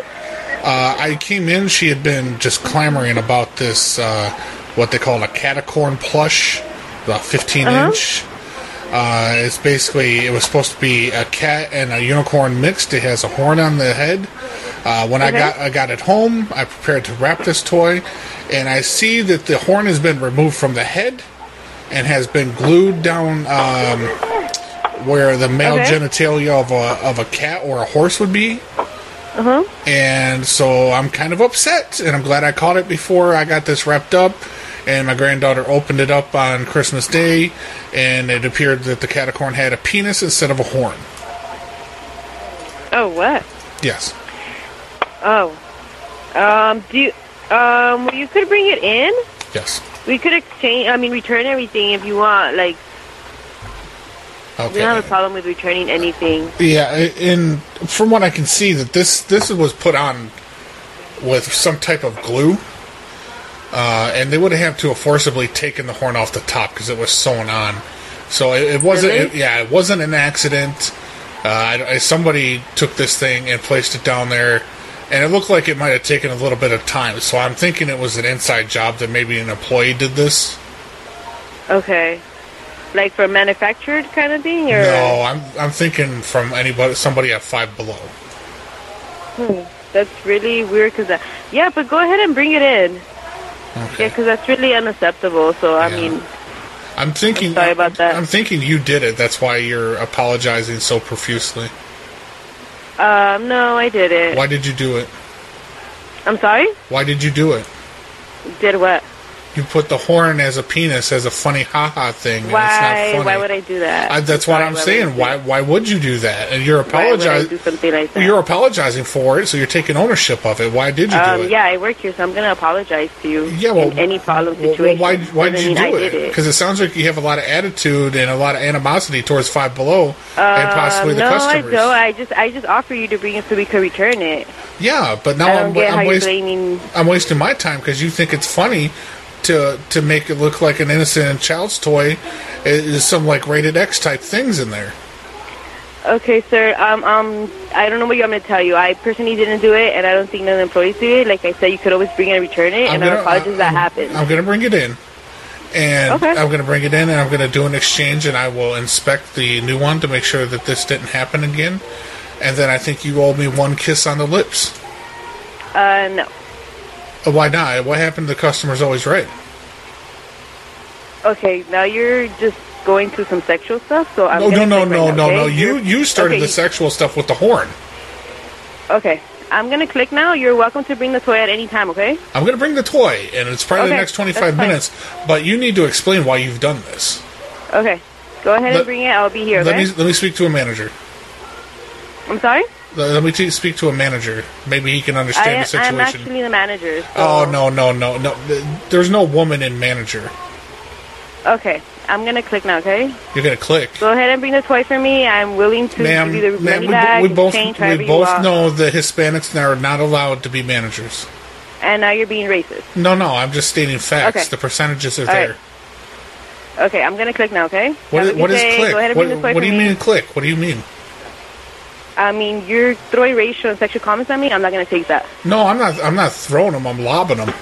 Uh, I came in, she had been just clamoring about this, uh, what they call a catacorn plush, about 15 Uh-huh. inch. Uh, it's basically, it was supposed to be a cat and a unicorn mixed. It has a horn on the head. Uh, when I Okay. got I got it home, I prepared to wrap this toy, and I see that the horn has been removed from the head and has been glued down um, where the male Okay. genitalia of a, of a cat or a horse would be. Uh-huh. Uh huh. And so I'm kind of upset, and I'm glad I caught it before I got this wrapped up. And my granddaughter opened it up on Christmas Day, and it appeared that the catacorn had a penis instead of a horn. Oh, what? Yes. Oh. Um, do you, um, well, you could bring it in. Yes. We could exchange, I mean, return everything if you want. Like, we Okay. don't have a problem with returning anything. Yeah, a- and from what I can see, that this this was put on with some type of glue, uh, and they would have had to have forcibly taken the horn off the top because it was sewn on. So it, it wasn't. Really? It, yeah, it wasn't an accident. Uh, I- I- somebody took this thing and placed it down there, and it looked like it might have taken a little bit of time. So I'm thinking it was an inside job that maybe an employee did this. Okay. Like for manufactured kind of thing? Or, No, I'm I'm thinking from anybody somebody at Five Below. Hmm, that's really weird because, yeah, but go ahead and bring it in. Yeah, because that's really unacceptable. So, I mean, I'm thinking. sorry about that. I'm thinking you did it. That's why you're apologizing so profusely. um, no, I did it. Why did you do it? I'm sorry? Why did you do it? Did what? You put the horn as a penis as a funny haha thing. and Why? It's not funny. Why would I do that? I, that's what I'm why would I saying. do Why? Why would you do that? And you're Why would I apologizing. do something like that? You're apologizing for it, so you're taking ownership of it. Why did you um, do it? Yeah, I work here, so I'm gonna apologize to you. Yeah, well, in any problem Well, situation. well, why? Why did doesn't you mean do I did it? Because it sounds like you have a lot of attitude and a lot of animosity towards Five Below and possibly the Um, no, customers. I don't. I just, I just offer you to bring it so we could return it. Yeah, but I now don't I'm, get how I'm you're wasting. blaming. I'm wasting my time because you think it's funny to to make it look like an innocent child's toy. It- It's some like rated X type things in there. Okay, sir. Um, um, I don't know what you want me to tell you. I personally didn't do it, and I don't think none of the employees do it. Like I said, you could always bring it and return it, and I gonna- apologize that happened. I'm gonna bring it in, and Okay. I'm gonna bring it in, and I'm gonna do an exchange, and I will inspect the new one to make sure that this didn't happen again. And then I think you owe me one kiss on the lips. Uh, no. Uh, Why not? What happened? The customer's always right. Okay, now you're just going through some sexual stuff, so I'm Oh, No, no, gonna no, click right no, now, no, okay? no. You you started okay, the sexual stuff with the horn. Okay, I'm gonna click now. You're welcome to bring the toy at any time. Okay. I'm gonna bring the toy, and it's probably the Okay, next that's 25 fine. minutes. But you need to explain why you've done this. Okay. Go ahead Let- and bring it. I'll be here. Let Okay. me let me speak to a manager. I'm sorry. Let let me t- speak to a manager. Maybe he can understand I, the situation. I'm actually the manager. So. oh no, no, no, no. Th- There's no woman in manager. Oh. Okay. I'm gonna click now. Okay. You're gonna click, Go ahead and bring the toy for me. I'm willing to ma'am. give you the Ma'am, money we, back, we both exchange, however we you both want. know that Hispanics are not allowed to be managers. And now you're being racist. No, no. I'm just stating facts. Okay. The percentages are All right. there. Okay, I'm gonna click now. Okay. What Have a is, good what is day. click? Go ahead and What, bring the toy for what do you me. mean click? What do you mean? I mean, you're throwing racial and sexual comments at me. I'm not gonna take that. No, I'm not. I'm not throwing them. I'm lobbing them.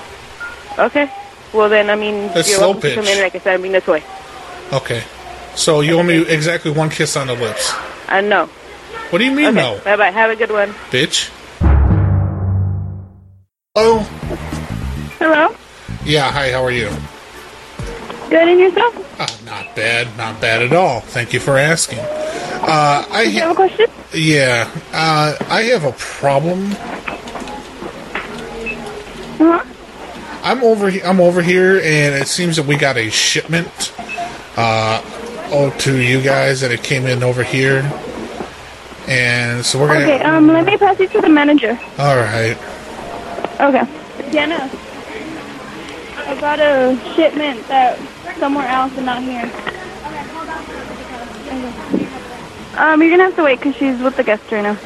Okay. Well then, I mean, That's you're slow welcome to come pitch. in. Like I said, and bring the toy. Okay. So you owe me exactly one kiss on the lips. I know. What do you mean no, Bye bye. Have a good one. bitch? Oh, Hello. yeah. Hi. How are you? Good in yourself? Not bad. Not bad at all. Thank you for asking. Uh, I have a question. Yeah. Uh, I have a problem. I'm over. he- I'm over here, and it seems that we got a shipment. Uh, oh, to you guys, and it came in over here, and so we're gonna. Okay. Um, let me pass you to the manager. All right. Okay. Jenna, I got a shipment that somewhere else and not here. Um, you're gonna have to wait because she's with the guest right now.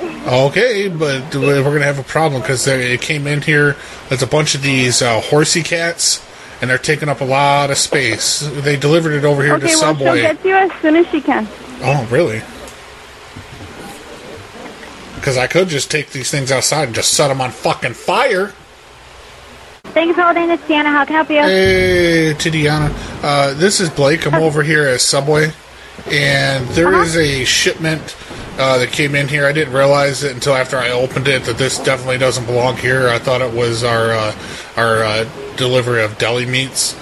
Okay, but we're gonna have a problem because it came in here. There's a bunch of these uh, horsey cats, and they're taking up a lot of space. They delivered it over here okay, to well she'll Subway. get to you as soon as she can. Oh, really? Because I could just take these things outside and just set them on fucking fire. Thank you for holding. It's Deanna. How can I help you? Hey, Tidiana. Uh, this is Blake. I'm over here at Subway, and Uh-huh. there is a shipment uh, that came in here. I didn't realize it until after I opened it that this definitely doesn't belong here. I thought it was our uh, our uh, delivery of deli meats,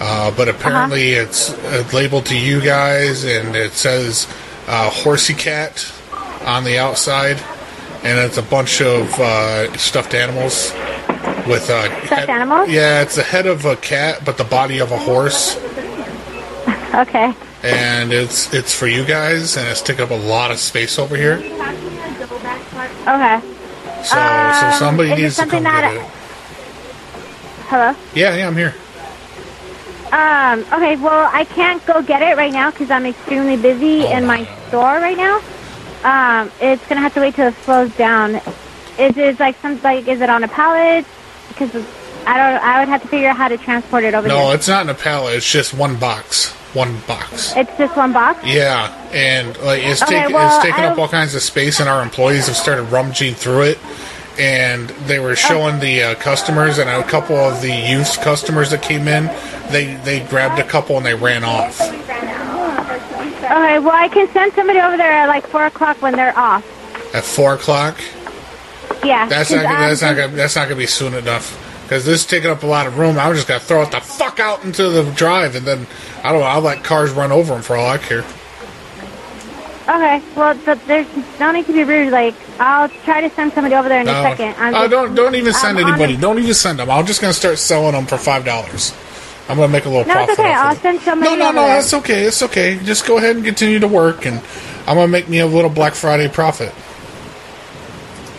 uh, but Uh-huh. apparently it's uh, labeled to you guys, and it says uh, horsey cat on the outside, and it's a bunch of uh, stuffed animals with uh, Stuffed animals? yeah, it's the head of a cat, but the body of a horse, Okay. and it's it's for you guys, and it's taking up a lot of space over here. Okay. So Uh, Um, so somebody is it needs to come something get that- it. Hello. Yeah, yeah, I'm here. Um. Okay. Well, I can't go get it right now because I'm extremely busy Oh, in my store right now. Um. It's gonna have to wait till it slows down. Is it like some like is it on a pallet? Because I don't. I would have to figure out how to transport it over No, here. it's not in a pallet. It's just one box, one box. It's just one box. Yeah, and like it's Okay, taking well, it's taking up I'll- all kinds of space, and our employees have started rummaging through it. And they Oh. were showing the uh, customers, and a couple of the youth customers that came in, they they grabbed a couple and they ran off. Okay. Well, I can send somebody over there at like four o'clock when they're off. At four o'clock, Yeah. That's 'cause, not gonna, um, that's not gonna, that's not gonna be soon enough because this is taking up a lot of room. I'm just gonna throw it the fuck out into the drive, and then I don't know. I'll let cars run over them for all I care. Okay. Well, th- there's no need to be rude. Like, I'll try to send somebody over there in No. a second. I'm Uh, just- don't don't even send I'm on anybody. it. Don't even send them. I'm just gonna start selling them for five dollars. I'm gonna make a little No, profit. it's okay. off of I'll it. send somebody. no, no, over no. there. That's okay. It's okay. Just go ahead and continue to work, and I'm gonna make me a little Black Friday profit.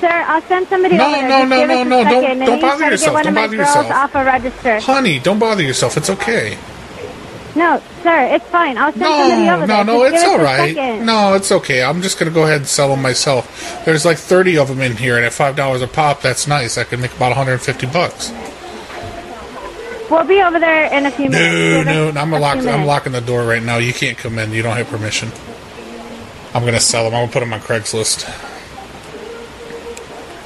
Sir, I'll send somebody No, over there. no, Just no, give no, us a no, don't- second, and don't then you bother try to yourself. Get one Don't of my bother girls yourself. off a register. Honey, don't bother yourself. It's okay. No, sir, it's fine. I'll send somebody No, over no, there. no, Just it's give us all a right. second. No, it's okay. I'm just gonna go ahead and sell them myself. There's like 30 of them in here, and at five dollars a pop, that's nice. I could make about 150 bucks. We'll be over there in a few No, minutes. no, no, I'm a lock, few I'm minutes. locking the door right now. You can't come in. You don't have permission. I'm gonna sell them. I'm gonna put them on Craigslist.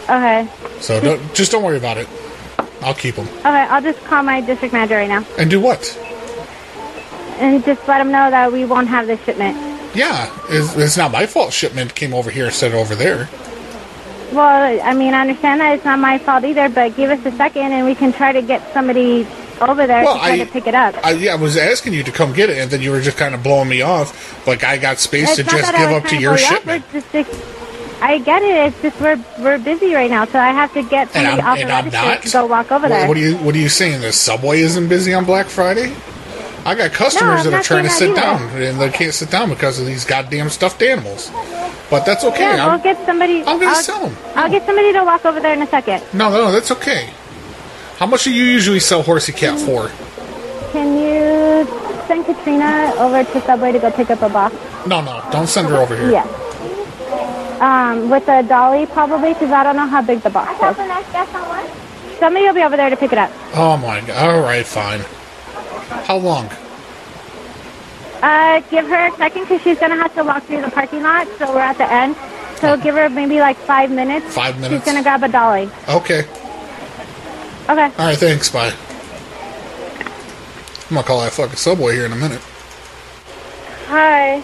Okay. So <laughs> don't, just don't worry about it. I'll keep them. Okay, I'll just call my district manager right now And do what? and just let him know that we won't have this shipment. Yeah, it's, it's not my fault. Shipment came over here instead of over there. Well, I mean, I understand that it's not my fault either, but give us a second and we can try to get somebody over there Well, to try I- to pick it up. I, yeah, I was asking you to come get it, and then you were just kind of blowing me off. Like I got space It's to not just that I give was up to trying your hurry up, shipment, it's just that- I get it. It's just we're we're busy right now, so I have to get and somebody I'm off the and I'm register not. to go walk over What- there. What are you What are you saying? The subway isn't busy on Black Friday. I got customers No, I'm that are not trying to sit saying that down, and they can't sit down because of these goddamn stuffed animals. But that's okay. Yeah, I'm- I'll get somebody. I'm gonna I'll, sell 'em. I'll get somebody to walk over there in a second. no, no, that's okay. How much do you usually sell horsey cat for? Can you send Katrina over to Subway to go pick up a box? No, no, don't send her over here. Yeah. Um, with a dolly probably, because I don't know how big the box is. Somebody will be over there to pick it up. Oh my god. All right, fine. How long? Uh, give her a second, because she's gonna have to walk through the parking lot, so we're at the end. So give her maybe like five minutes. Five minutes. She's gonna grab a dolly. Okay. Okay. All right, thanks. Bye. I'm gonna call that fucking subway here in a minute. Hi.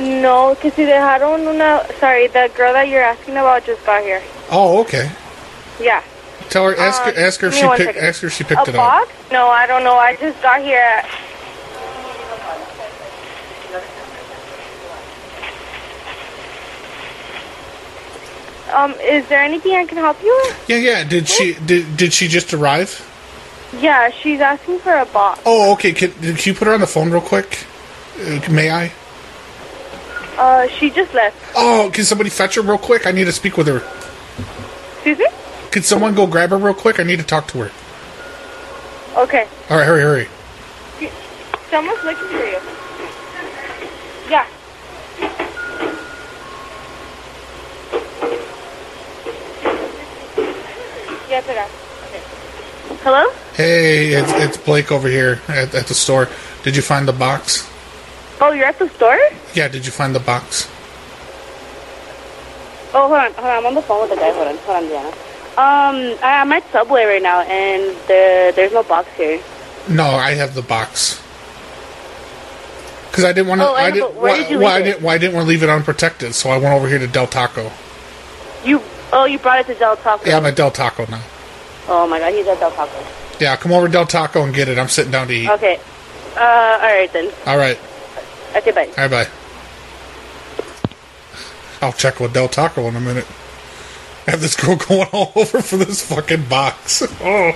No, que si dejaron una. Sorry, the girl that you're asking about just got here. Oh, okay. Yeah. Um, Tell her ask Uh, her ask her give if me she one picked second. ask her if she picked a it up. box? No, I don't know. I just got here. At... Um, is there anything I can help you with? Yeah, yeah. Did she did did she just arrive? Yeah, she's asking for a box. Oh, okay. Can, can you put her on the phone real quick? Uh, may I? Uh, she just left. Oh, can somebody fetch her real quick? I need to speak with her. Excuse me? Could someone go grab her real quick? I need to talk to her. Okay. All right, hurry, hurry. Someone's looking for you. Yeah. Yeah, it's okay. Hello? Hey, it's, it's Blake over here at, at the store. Did you find the box? Oh, you're at the store? Yeah, did you find the box? Oh, hold on, hold on. I'm on the phone with the guy. Hold on, hold on, Diana. Um, I, I'm at Subway right now, and the, there's no box here. No, I have the box. Because I didn't want to. Oh, I know, didn't. but where why- did you why leave I it? didn't. Why I didn't want to leave it unprotected, so I went over here to Del Taco. You, oh, you brought it to Del Taco. Yeah, I'm at Del Taco now. Oh my God, he's at Del Taco. Yeah, come over to Del Taco and get it. I'm sitting down to eat. Okay. Uh, all right then. All right. Okay, bye. All right, bye. I'll check with Del Taco in a minute. I have this girl <laughs> going all over for this fucking box. <laughs> Oh.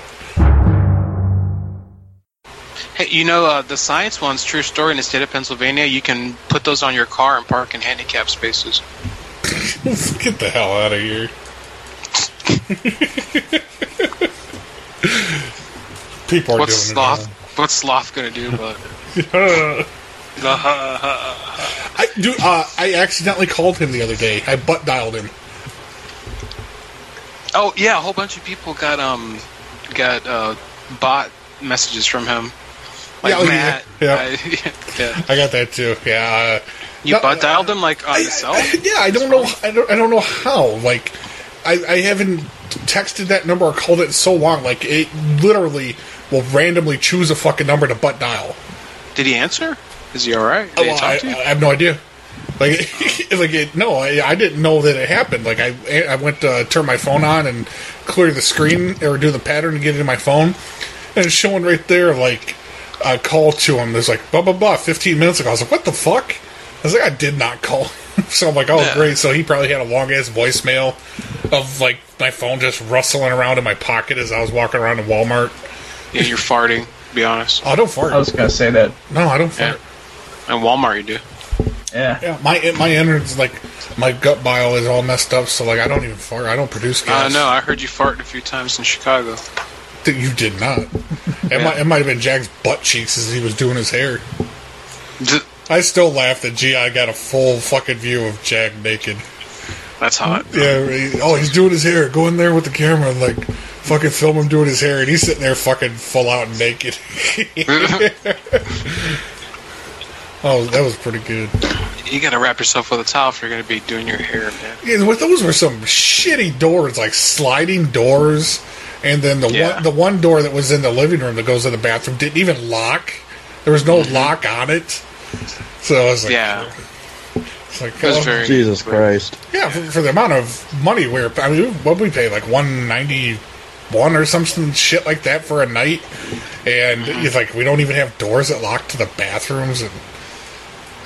Hey, you know uh, the science one's true story in the state of Pennsylvania. You can put those on your car and park in handicap spaces. Get the hell out of here. <laughs> People are what's doing sloth? What's sloth gonna do? <laughs> But <laughs> Uh, it. now. <laughs> I do. Uh, I accidentally called him the other day. I butt dialed him. oh yeah, a whole bunch of people got um got uh bot messages from him. Like Yeah, oh, yeah, Matt. <laughs> yeah. I, <laughs> yeah. I got that too. Yeah. uh, You no, butt dialed him like on the cell. yeah, I don't know. I don't. I don't know how. Like, I, I haven't texted that number or called it in so long. Like, it literally will randomly choose a fucking number to butt dial. Did he answer? Is he all right? Did Oh, Well, he I, talk to you? I have no idea. Like, like <laughs> it, no, I, I didn't know that it happened. Like, I I went to turn my phone on and clear the screen or do the pattern and get it in my phone, and it's showing right there like a call to him. There's like blah blah blah. Fifteen minutes ago, I was like, what the fuck? I was like, I did not call. <laughs> so I'm like, oh Yeah. great. So he probably had a long ass voicemail of like my phone just rustling around in my pocket as I was walking around to Walmart. Yeah, you're farting. Be honest. I don't fart. I was gonna say that. Oh, No, I don't fart. Yeah. And Walmart, you do. Yeah. Yeah, my my innards like my gut bile is all messed up, so like I don't even fart. I don't produce I gas. know. Uh, I heard you fart a few times in Chicago. Th- you did <laughs> not. It might it might have been Jack's butt cheeks as he was doing his hair. I still laugh that G. I got a full fucking view of Jack naked. That's hot. Yeah. he- oh, he's doing his hair. Go in there with the camera and like fucking film him doing his hair, and he's sitting there fucking full out <laughs> naked. <laughs> oh, that was pretty good. You gotta wrap yourself with a towel if you're gonna be doing your hair, man. Yeah, what those were some shitty doors, like sliding doors, and then the Yeah. one the one door that was in the living room that goes to the bathroom didn't Mm-hmm. even lock. There was no lock on it, so I was like, yeah. It's like, That's uh, very- Jesus Christ. Yeah, for, for the amount of money we're, I mean, what we pay like one ninety one or something shit like that for a night, and Mm-hmm. it's like we don't even have doors that lock to the bathrooms, and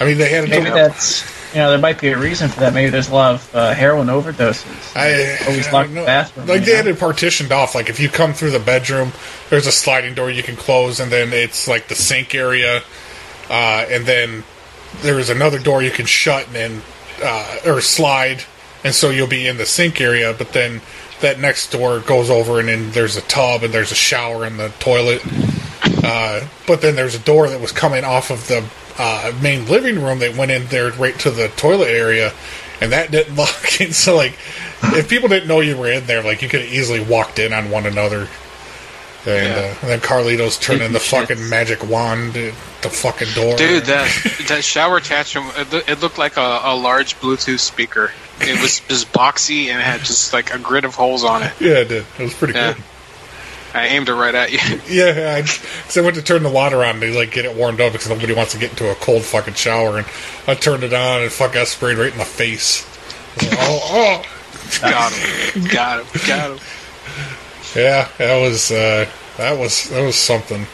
I mean they had Maybe that's you know there might be a reason for that. Maybe there's a lot of uh, heroin overdoses. I always I lock don't the know. bathroom. Like you they know? had it partitioned off. Like if you come through the bedroom, there's a sliding door you can close, and then it's like the sink area, uh, and then there's another door you can shut and then uh, or slide, and so you'll be in the sink area. But then that next door goes over, and then there's a tub and there's a shower and the toilet. Uh, but then there's a door that was coming off of the uh, main living room that went in there right to the toilet area, and that didn't <laughs> lock. And so, like, if people didn't know you were in there, like, you could have easily walked in on one another. And, uh, and then Carlito's turning the fucking magic wand at the fucking door. Dude, that that shower attachment it loo- it looked like a, a large Bluetooth speaker. It was just boxy and it had just like a grid of holes on it. Yeah, it did. It was pretty Yeah. good. I aimed it right at you. Yeah, I, cause I went to turn the water on to like get it warmed up because nobody wants to get into a cold fucking shower, and I turned it on and fuck, I sprayed right in the face. I was like, oh, oh, got him, got him, got him. Yeah, that was uh, that was that was something.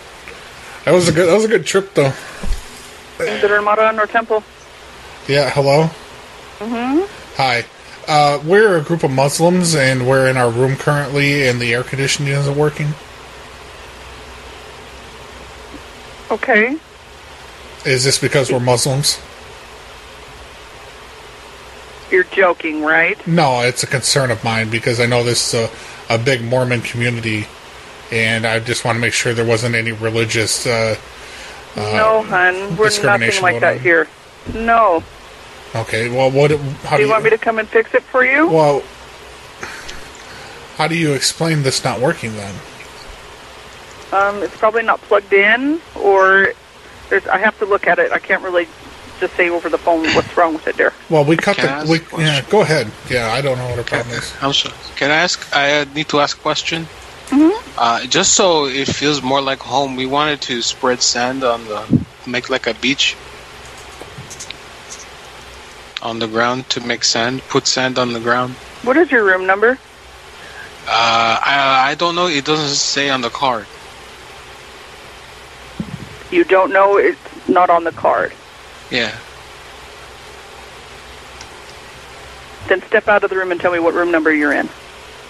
That was a good that was a good trip though. Is it Armada and or Temple? Yeah, hello, Mm-hmm. hi. Uh, we're a group of Muslims and we're in our room currently, and the air conditioning isn't working. Okay. Is this because we're Muslims? You're joking, right? No, it's a concern of mine because I know this is a, a big Mormon community, and I just want to make sure there wasn't any religious. Uh, uh, no, hun. We're nothing discrimination like going that on. here. No. Okay. Well, what? How do you want me to come and fix it for you? Well, how do you explain this not working then? Um, it's probably not plugged in, or there's, I have to look at it. I can't really just say over the phone what's wrong with it, dear. Well, we cut Can I ask the. We, yeah, go ahead. Yeah, I don't know what our problem is. I'm sorry. Can I ask? I uh, need to ask a question. Uh, just so it feels more like home, we wanted to spread sand on the make like a beach on the ground to make sand. Put sand on the ground. What is your room number? Uh, I, I don't know. It doesn't say on the card. You don't know. It's not on the card. Yeah. Then step out of the room and tell me what room number you're in.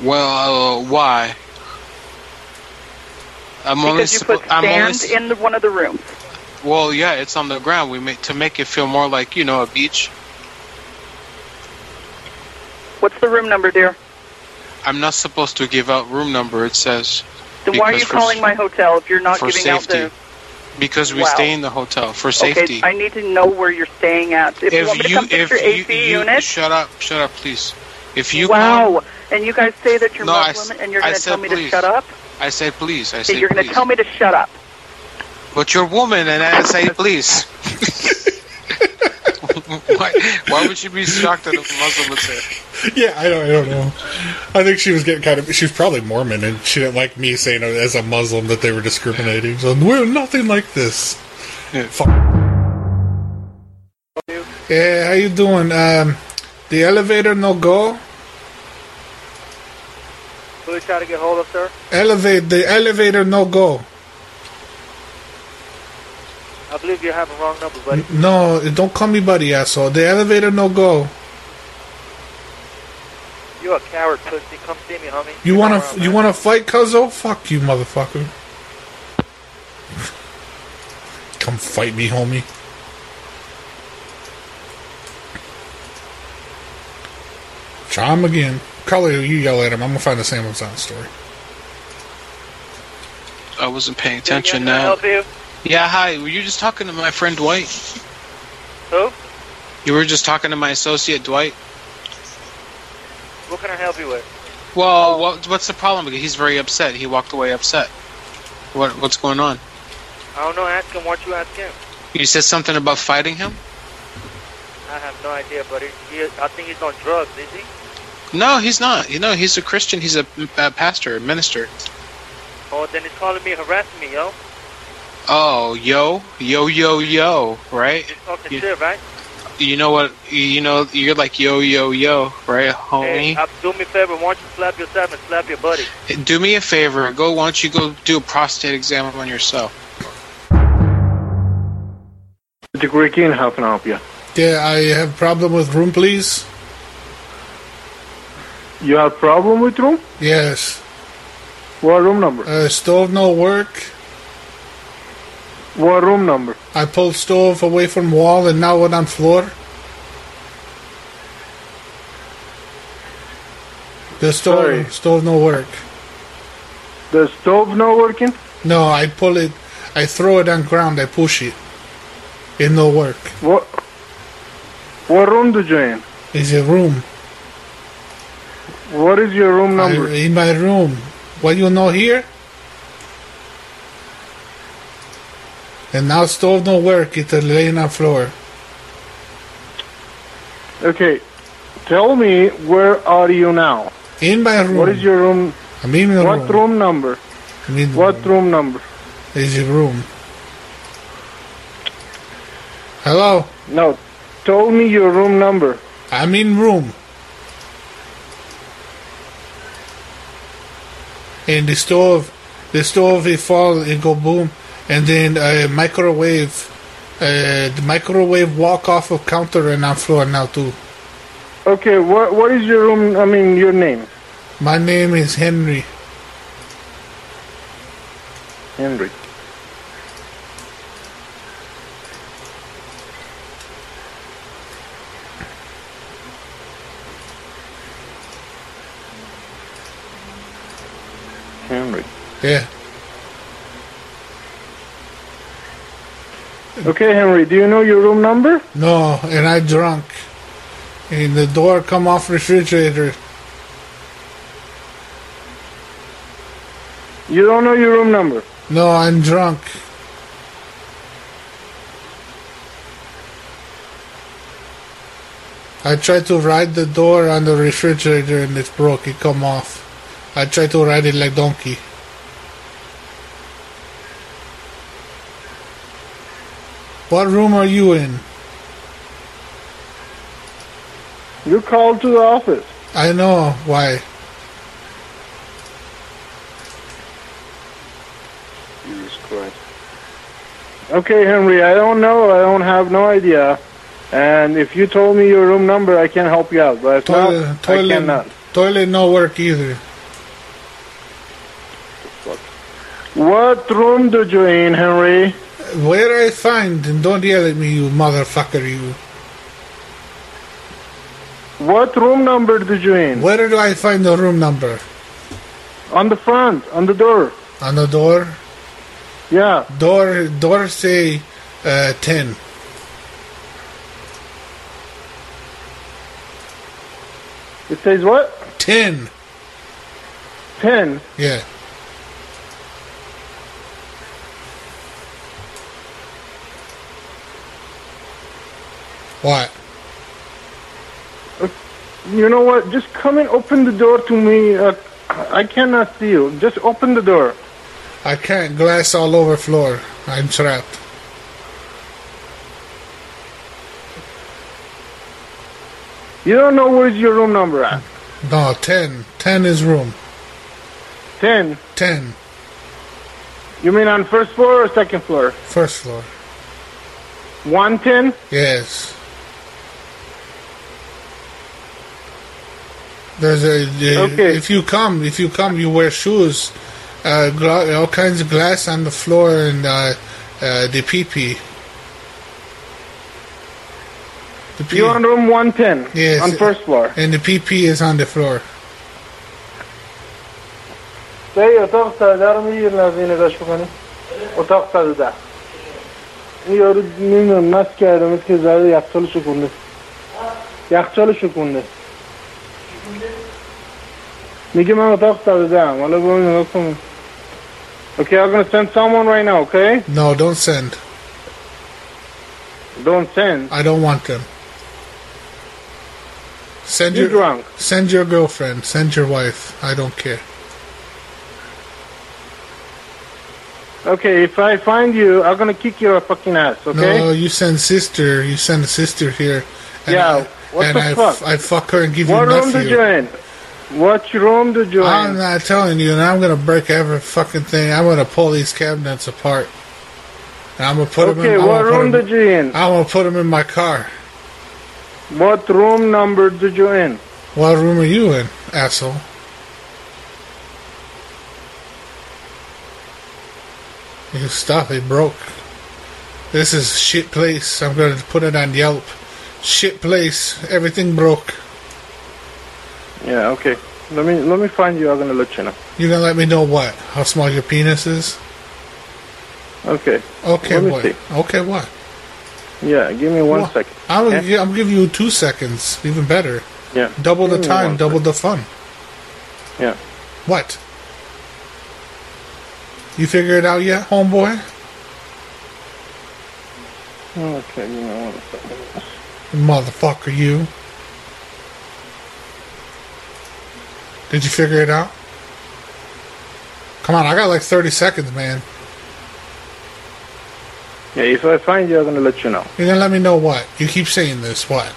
Well, uh, why? I'm only. because you supp- put I'm only. sand in the, one of the rooms. s- Well, yeah, it's on the ground. We make to make it feel more like you know a beach. What's the room number, dear? I'm not supposed to give out room number. It says. Then why are because you for calling s- my hotel if you're not for giving safety? out Because we Wow. stay in the hotel for the? safety. Okay, I need to know where you're staying at. If, you want me to come fix if your you, AC you- unit, shut up, shut up, please. If you wow. And you guys say that you're No, I Muslim s- and you're I going to said tell me please. to shut up. I said please. I That said you're going please. to tell me to shut up. But you're a woman, and I say please. <laughs> why, why would you be shocked that a Muslim would say? it? <laughs> yeah, I don't, I don't know. I think she was getting kind of. She was probably Mormon, and she didn't like me saying as a Muslim that they were discriminating. So we're nothing like this. Fuck. Yeah, how you doing? Um, the elevator no go. Who are you trying to get hold of, sir? Elevate the elevator no go. I believe you have a wrong number, buddy. N- No, don't call me buddy asshole. The elevator no go. You a coward, pussy. Come see me, homie. You wanna you wanna fight, Cuzzo? Fuck you, motherfucker. Come fight me, homie. Try him again. Carly, you yell at him. I'm gonna find the Sam Sound story. I wasn't paying attention now. you? Yeah, hi. Were you just talking to my friend Dwight? Who? You were just talking to my associate Dwight. What can I help you with? Well, what, what's the problem? He's very upset. He walked away upset. What what's going on? I don't know. Ask him. Why don't you ask him? You said something about fighting him? I have no idea, buddy. He, I think he's on drugs, is he? No, he's not. You know, he's a Christian. He's a, a pastor, a minister. Oh, then he's calling me, harassing me, yo. Oh, yo, yo, yo, yo, right? He's talking You- shit, right? You know what? You know you're like yo yo yo, right, homie? Hey, uh, do me a favor. Why don't you slap yourself and slap your buddy? Do me a favor. Go. Why don't you go do a prostate exam on yourself? Degree King, how can I help you? Yeah, I have problem with room, please. You have problem with room? Yes. What room number? Uh, stove no work. What room number? I pulled stove away from wall and now it on floor. The stove Sorry. stove no work. The stove not working? No, I pull it. I throw it on ground. I push it. It no work. What What room did you in? Is a room. What is your room number? I- in my room. What you know here? And now stove no work. It laying on floor. Okay. Tell me where are you now? In my room. What is your room? I'm in my what room. Mm. room number? I'm in the What room number? Is a room. Hello. No. Tell me your room number. I'm in room. And the stove, the stove it fall, it go boom, and then uh, microwave, uh, the microwave walk off of counter and on floor now too. Okay, what what is your room? I mean, your name, My name is Henry. Henry. Henry. Yeah. Okay, Henry. Do you know your room number? No, and I drunk. And the door come off refrigerator. You don't know your room number. No, I'm drunk. I tried to ride the door on the refrigerator and it broke. It come off. I tried to ride it like donkey. What room are you in? You called to the office. I know why. Jesus Christ. Okay, Henry. I don't know. I don't have no idea. And if you told me your room number, I can help you out. But if not, Toilet, toilet, I cannot. toilet no work either. What room did you in, Henry? Where I find and don't yell at me, you motherfucker, you. What room number did you in? Where do I find the room number? On the front, on the door. On the door? Yeah. Door door say uh, ten. It says what? Ten. Ten. Yeah. What? Uh, You know what? Just come and open the door to me. Uh, I cannot see you. Just open the door. I can't glass all over floor. I'm trapped. You don't know where is your room number at. No, ten. Ten is room. Ten. Ten. You mean on first floor or second floor? First floor. One ten. Yes. There's a uh, Okay. if you come if you come you wear shoes, uh, gla- all kinds of glass on the floor and uh, uh, the pee pee. The pee You on room one ten. Yes. On first floor. and the pee pee is on the floor. Şey otak sadarmi yerlerini kaşıkanı. Otak sadada. Yoru bilmiyorum nasıl geldim. Kızları yakçalı şukundu. Yakçalı şukundu. Niki ben otak sadada. Valla bu oyunu yokum. Okay, I'm gonna send someone right now, okay? No, don't send. Don't send. I don't want them. Send You're your drunk. send your girlfriend. Send your wife. I don't care. Okay, if I find you, I'm gonna kick your fucking ass. Okay? No, you send sister. You send a sister here. Yeah, I, what and the I, fuck? I fuck her and give what you room nephew. did you in? What room did you in? I'm not telling you, and I'm gonna break every fucking thing. I'm gonna pull these cabinets apart. And I'm gonna put them. Okay, in, I'm what gonna put room 'em- did you in? I'm gonna put them in my car. What room number did you in? What room are you in, asshole? You stop it, broke. This is shit place. I'm gonna put it on Yelp. Shit place. Everything broke. Yeah, okay. Let me let me find you. I'm gonna let you know. You gonna let me know what? How small your penis is? Okay. Okay, Let me what? see. Okay, what? Yeah, give me one Well, second. I'll, yeah? gi- I'll give you two seconds, even better. Yeah. Double the Give me time, one double the fun. Yeah. What? You figure it out yet, homeboy? Okay, give me one second. Motherfucker, you. Did you figure it out? Come on, I got like 30 seconds, man. Yeah, if I find you, I'm gonna let you know. You're gonna let me know what? You keep saying this, what?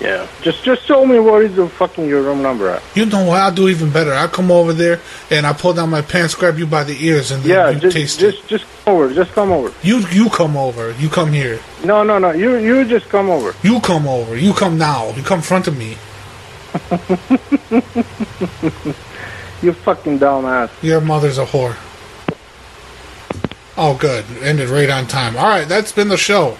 Yeah. Just just tell me what is the fucking your room number at. You know what? I'll do even better. I'll come over there and I'll pull down my pants, grab you by the ears, and then Yeah, you just taste just just come over. Just come over. it. You you come over. You come here. No, no, no. You you just come over. You come over. You come now. You come front of me. <laughs> You fucking dumbass. Your mother's a whore. Oh, good. Ended right on time. All right, that's been the show.